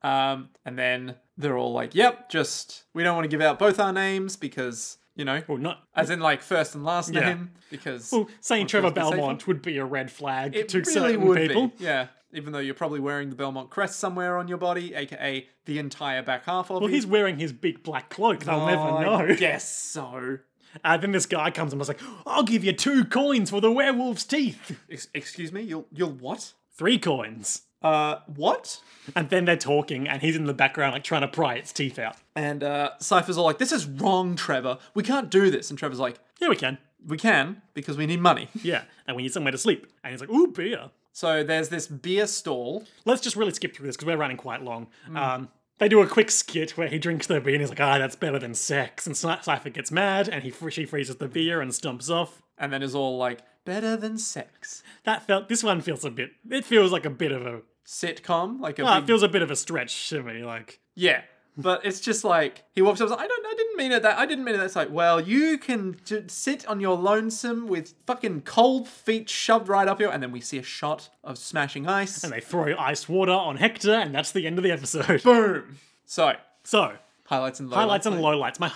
[SPEAKER 3] Um, and then they're all like, "Yep, just we don't want to give out both our names because you know,
[SPEAKER 2] Well, not.
[SPEAKER 3] as in like first and last
[SPEAKER 2] Oh, Yeah.
[SPEAKER 3] name, because
[SPEAKER 2] Well, saying Trevor
[SPEAKER 3] the safe one.
[SPEAKER 2] Belmont would be a red flag
[SPEAKER 3] it
[SPEAKER 2] to
[SPEAKER 3] really
[SPEAKER 2] certain
[SPEAKER 3] would
[SPEAKER 2] people.
[SPEAKER 3] be. Yeah, even though you're probably wearing the Belmont crest somewhere on your body, aka the entire back half of
[SPEAKER 2] Well,
[SPEAKER 3] you.
[SPEAKER 2] he's wearing his big black cloak. They'll
[SPEAKER 3] Oh, I
[SPEAKER 2] never know.
[SPEAKER 3] guess so.
[SPEAKER 2] And then this guy comes and was like, I'll give you two coins for the werewolf's teeth.
[SPEAKER 3] Ex- excuse me, you'll you'll what?
[SPEAKER 2] Three coins.
[SPEAKER 3] Uh, what?
[SPEAKER 2] And then they're talking, and he's in the background, like trying to pry its teeth out.
[SPEAKER 3] And uh, Cypher's all like, "This is wrong, Trevor. We can't do this." And Trevor's like,
[SPEAKER 2] Yeah, we can.
[SPEAKER 3] "We can because we need money."
[SPEAKER 2] Yeah. And we need somewhere to sleep. And he's like, Ooh, beer.
[SPEAKER 3] So there's this beer stall.
[SPEAKER 2] Let's just really skip through this because we're running quite long. Um, they do a quick skit where he drinks their beer and he's like, ah, that's better than sex. And Cy- Cypher gets mad and he fr- she freezes the beer and stomps off.
[SPEAKER 3] and then is all like better than sex
[SPEAKER 2] That felt, this one feels a bit, it feels like a bit of a,
[SPEAKER 3] sitcom like a
[SPEAKER 2] ah,
[SPEAKER 3] big-
[SPEAKER 2] it feels a bit of a stretch to me. Like,
[SPEAKER 3] yeah but it's just like he walks up and is like, i don't i didn't mean it that i didn't mean it that's like well you can j- sit on your lonesome with fucking cold feet shoved right up here and then we see a shot of smashing ice
[SPEAKER 2] and they throw ice water on Hector and that's the end of the episode.
[SPEAKER 3] boom so
[SPEAKER 2] So,
[SPEAKER 3] highlights eh? and lowlights.
[SPEAKER 2] highlights and lowlights. My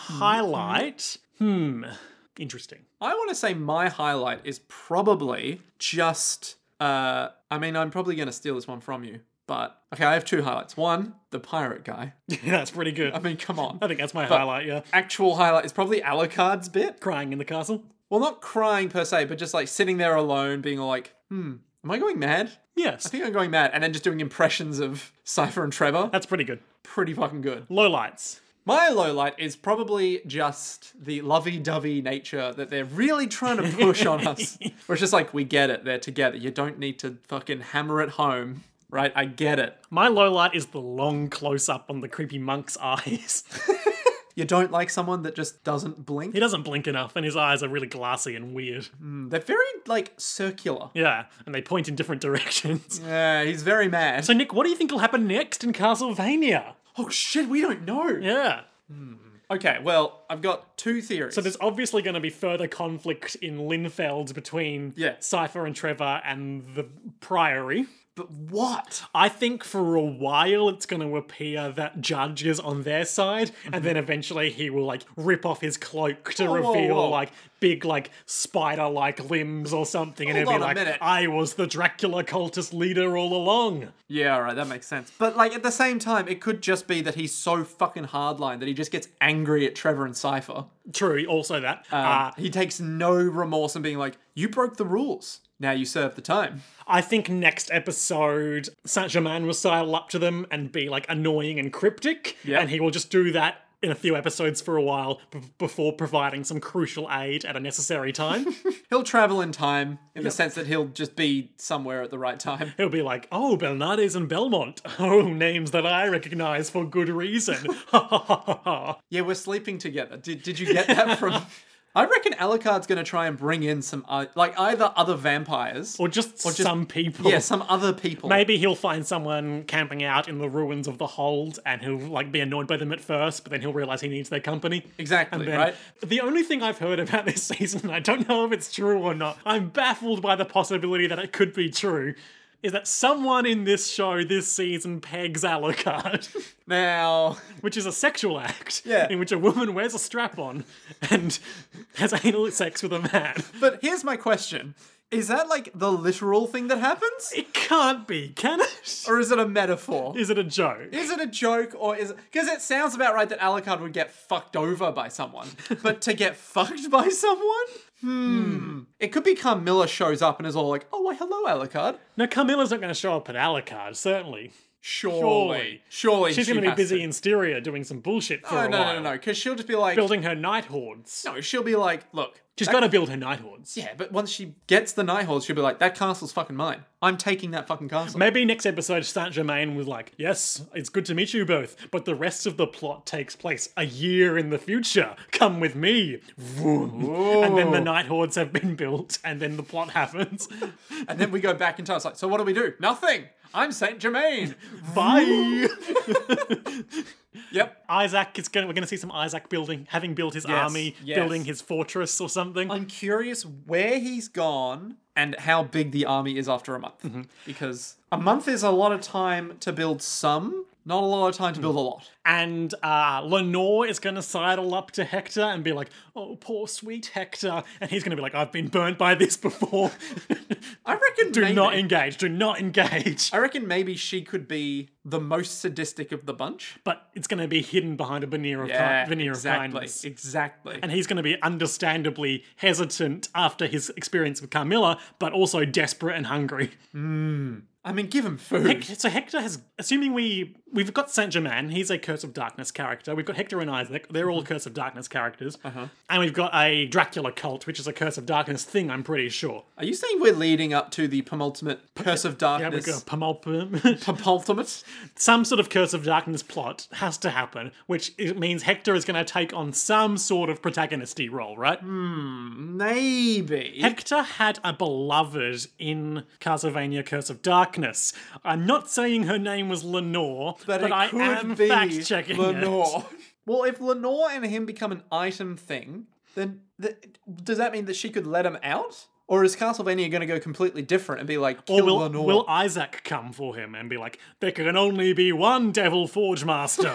[SPEAKER 2] highlight, hmm, interesting.
[SPEAKER 3] i want to say my highlight is probably just uh i mean i'm probably going to steal this one from you but okay i have two highlights one the pirate guy
[SPEAKER 2] that's pretty good.
[SPEAKER 3] i mean come on
[SPEAKER 2] I think that's my highlight, yeah.
[SPEAKER 3] actual highlight is probably Alucard's bit
[SPEAKER 2] Crying in the castle.
[SPEAKER 3] well, not crying per se, but just like sitting there alone, being like, hmm, am I going mad?
[SPEAKER 2] Yes.
[SPEAKER 3] I think I'm going mad. And then just doing impressions of Cypher and Trevor.
[SPEAKER 2] that's pretty good.
[SPEAKER 3] Pretty fucking good.
[SPEAKER 2] Lowlights.
[SPEAKER 3] My low light is probably just the lovey dovey nature that they're really trying to push on us. Where it's just like, we get it, they're together. You don't need to fucking hammer it home, right? I get it.
[SPEAKER 2] My low light is the long close up on the creepy monk's eyes.
[SPEAKER 3] You don't like someone that just doesn't blink.
[SPEAKER 2] he doesn't blink enough, and his eyes are really glassy and weird.
[SPEAKER 3] They're very, like, circular.
[SPEAKER 2] Yeah, and they point in different directions.
[SPEAKER 3] Yeah, he's very mad.
[SPEAKER 2] So, Nick, what do you think will happen next in Castlevania?
[SPEAKER 3] oh shit, we don't know.
[SPEAKER 2] Yeah.
[SPEAKER 3] Okay, well, I've got two theories.
[SPEAKER 2] So, there's obviously going to be further conflict in Linfeld between
[SPEAKER 3] Yeah.
[SPEAKER 2] Cypher and Trevor and the Priory.
[SPEAKER 3] But what?
[SPEAKER 2] I think for a while it's going to appear that Judge is on their side, and then eventually he will like rip off his cloak to
[SPEAKER 3] Mm-hmm. Whoa, whoa,
[SPEAKER 2] reveal
[SPEAKER 3] whoa.
[SPEAKER 2] like big like spider-like limbs or something, and
[SPEAKER 3] Hold
[SPEAKER 2] he'll be
[SPEAKER 3] on a
[SPEAKER 2] like,
[SPEAKER 3] minute.
[SPEAKER 2] "I was the Dracula cultist leader all along."
[SPEAKER 3] Yeah, alright, that makes sense. But like at the same time, it could just be that he's so fucking hardline that he just gets angry at Trevor and Cypher.
[SPEAKER 2] True. Also that.
[SPEAKER 3] Um,
[SPEAKER 2] Uh,
[SPEAKER 3] he takes no remorse in being like, You broke the rules. Now you serve the time.
[SPEAKER 2] I think next episode Saint Germain will sidle up to them and be like annoying and cryptic,
[SPEAKER 3] Yeah.
[SPEAKER 2] and he will just do that. In a few episodes for a while b- before providing some crucial aid at a necessary time.
[SPEAKER 3] He'll travel in time in the sense that he'll just be somewhere at the right time.
[SPEAKER 2] He'll be like, oh, Belnades and Belmont. Oh, names that I recognize for good reason. Ha, ha, ha, ha, ha.
[SPEAKER 3] Yeah, we're sleeping together. Did, did you get that from. I reckon Alucard's going to try and bring in some, uh, like, either other vampires.
[SPEAKER 2] or just some people.
[SPEAKER 3] yeah, some other people.
[SPEAKER 2] Maybe he'll find someone camping out in the ruins of the hold and he'll like be annoyed by them at first, but then he'll realize he needs their company.
[SPEAKER 3] Exactly,
[SPEAKER 2] And then-
[SPEAKER 3] right?
[SPEAKER 2] The only thing I've heard about this season, and I don't know if it's true or not, I'm baffled by the possibility that it could be true, is that someone in this show this season pegs Alucard.
[SPEAKER 3] Now,
[SPEAKER 2] which is a sexual act
[SPEAKER 3] Yeah.
[SPEAKER 2] in which a woman wears a strap on and has anal sex with a man.
[SPEAKER 3] But here's my question. Is that like the literal thing that happens?
[SPEAKER 2] It can't be, can it?
[SPEAKER 3] Or is it a metaphor?
[SPEAKER 2] Is it a joke?
[SPEAKER 3] Is it a joke or is it. Because it sounds about right that Alucard would get fucked over by someone. but to get fucked by someone? Hmm. It could be Carmilla shows up and is all like, oh, why, hello, Alucard.
[SPEAKER 2] No, Carmilla's not going to show up at Alucard, certainly.
[SPEAKER 3] Surely. Surely.
[SPEAKER 2] She's
[SPEAKER 3] she
[SPEAKER 2] going to be
[SPEAKER 3] has Oh,
[SPEAKER 2] busy in Styria doing some bullshit for
[SPEAKER 3] No,
[SPEAKER 2] a
[SPEAKER 3] no,
[SPEAKER 2] while.
[SPEAKER 3] no, no, no. Because she'll just be like.
[SPEAKER 2] Building her night hordes.
[SPEAKER 3] No, she'll be like, look.
[SPEAKER 2] She's
[SPEAKER 3] that-
[SPEAKER 2] got to build her night hordes.
[SPEAKER 3] Yeah, but once she gets the Night Hordes, she'll be like, that castle's fucking mine. I'm taking that fucking castle.
[SPEAKER 2] Maybe next episode, Saint Germain was like, Yes, it's good to meet you both, but the rest of the plot takes place a year in the future. Come with me. Vroom. And then the
[SPEAKER 3] Oh.
[SPEAKER 2] Night Hordes have been built, and then the plot happens.
[SPEAKER 3] And then we go back in time. It's like, so what do we do? Nothing. I'm Saint Germain.
[SPEAKER 2] Bye.
[SPEAKER 3] yep.
[SPEAKER 2] Isaac is going. We're going to see some Isaac building, having built his army,
[SPEAKER 3] yes.
[SPEAKER 2] building his fortress or something.
[SPEAKER 3] I'm curious where he's gone and how
[SPEAKER 2] Mm-hmm.
[SPEAKER 3] big the army is after a month. Because a month is a lot of time to build some, Not a lot of time to build a lot.
[SPEAKER 2] And uh, Lenore is going to sidle up to Hector and be like, oh, poor sweet Hector. And he's going to be like, I've been burnt by this before.
[SPEAKER 3] I reckon
[SPEAKER 2] do
[SPEAKER 3] maybe,
[SPEAKER 2] not engage. Do not engage.
[SPEAKER 3] I reckon maybe she could be the most sadistic of the bunch.
[SPEAKER 2] But it's going to be hidden behind a veneer of, ki- veneer
[SPEAKER 3] exactly,
[SPEAKER 2] of kindness.
[SPEAKER 3] exactly.
[SPEAKER 2] And he's going to be understandably hesitant after his experience with Carmilla, but also desperate and hungry.
[SPEAKER 3] I mean, give him food.
[SPEAKER 2] Hec- so Hector has, assuming we we've got Saint Germain, he's a Curse of Darkness character. We've got Hector and Isaac; they're all Curse of Darkness characters. And we've got a Dracula cult, which is a Curse of Darkness thing. I'm pretty sure.
[SPEAKER 3] Are you saying we're leading up to the penultimate Curse of
[SPEAKER 2] Yeah, we've
[SPEAKER 3] Darkness?
[SPEAKER 2] got a Pomulpum.
[SPEAKER 3] penultimate?
[SPEAKER 2] some sort of Curse of Darkness plot has to happen, which it means Hector is going to take on some sort of protagonisty role, right?
[SPEAKER 3] Maybe.
[SPEAKER 2] Hector had a beloved in Castlevania Curse of Darkness. I'm not saying her name was Lenore, but,
[SPEAKER 3] it
[SPEAKER 2] I
[SPEAKER 3] could
[SPEAKER 2] am
[SPEAKER 3] be
[SPEAKER 2] fact checking it.
[SPEAKER 3] Lenore. Well, if Lenore and him become an item thing, then th- does that mean that she could let him out? Or is Castlevania going to go completely different and be like, kill
[SPEAKER 2] Or will,
[SPEAKER 3] Lenore?
[SPEAKER 2] will Isaac come for him and be like, there can only be one Devil Forge Master?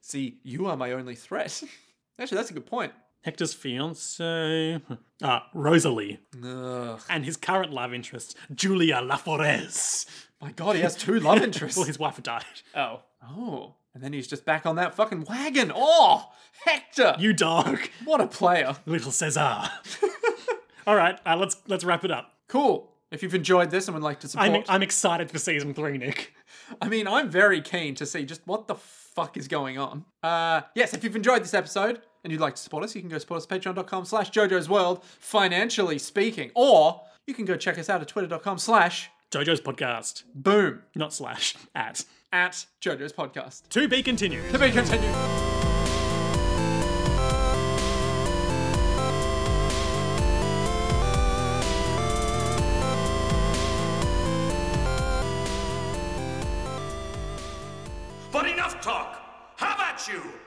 [SPEAKER 3] See, you are my only threat. Actually, that's a good point.
[SPEAKER 2] Hector's fiance, uh, Rosalie,
[SPEAKER 3] Ugh.
[SPEAKER 2] and his current love interest, Julia Laforez.
[SPEAKER 3] My god, he has two love interests.
[SPEAKER 2] Well, his wife had died.
[SPEAKER 3] oh. Oh. And then he's just back on that fucking wagon. Oh, Hector!
[SPEAKER 2] You dog,
[SPEAKER 3] what a player.
[SPEAKER 2] little Cesar. All right, uh, let's let's wrap it up.
[SPEAKER 3] Cool. If you've enjoyed this and would like to support,
[SPEAKER 2] I'm, I'm excited for season three, Nick.
[SPEAKER 3] I mean, I'm very keen to see just what the fuck is going on. Uh, yes, if you've enjoyed this episode and you'd like to support us, you can go support us at patreon.com slash jojo's world, financially speaking, or you can go check us out at twitter.com slash
[SPEAKER 2] JoJo's podcast,
[SPEAKER 3] boom
[SPEAKER 2] not slash, at.
[SPEAKER 3] at jojo's podcast.
[SPEAKER 2] To be continued.
[SPEAKER 3] To be continued.
[SPEAKER 4] But enough talk! How about you?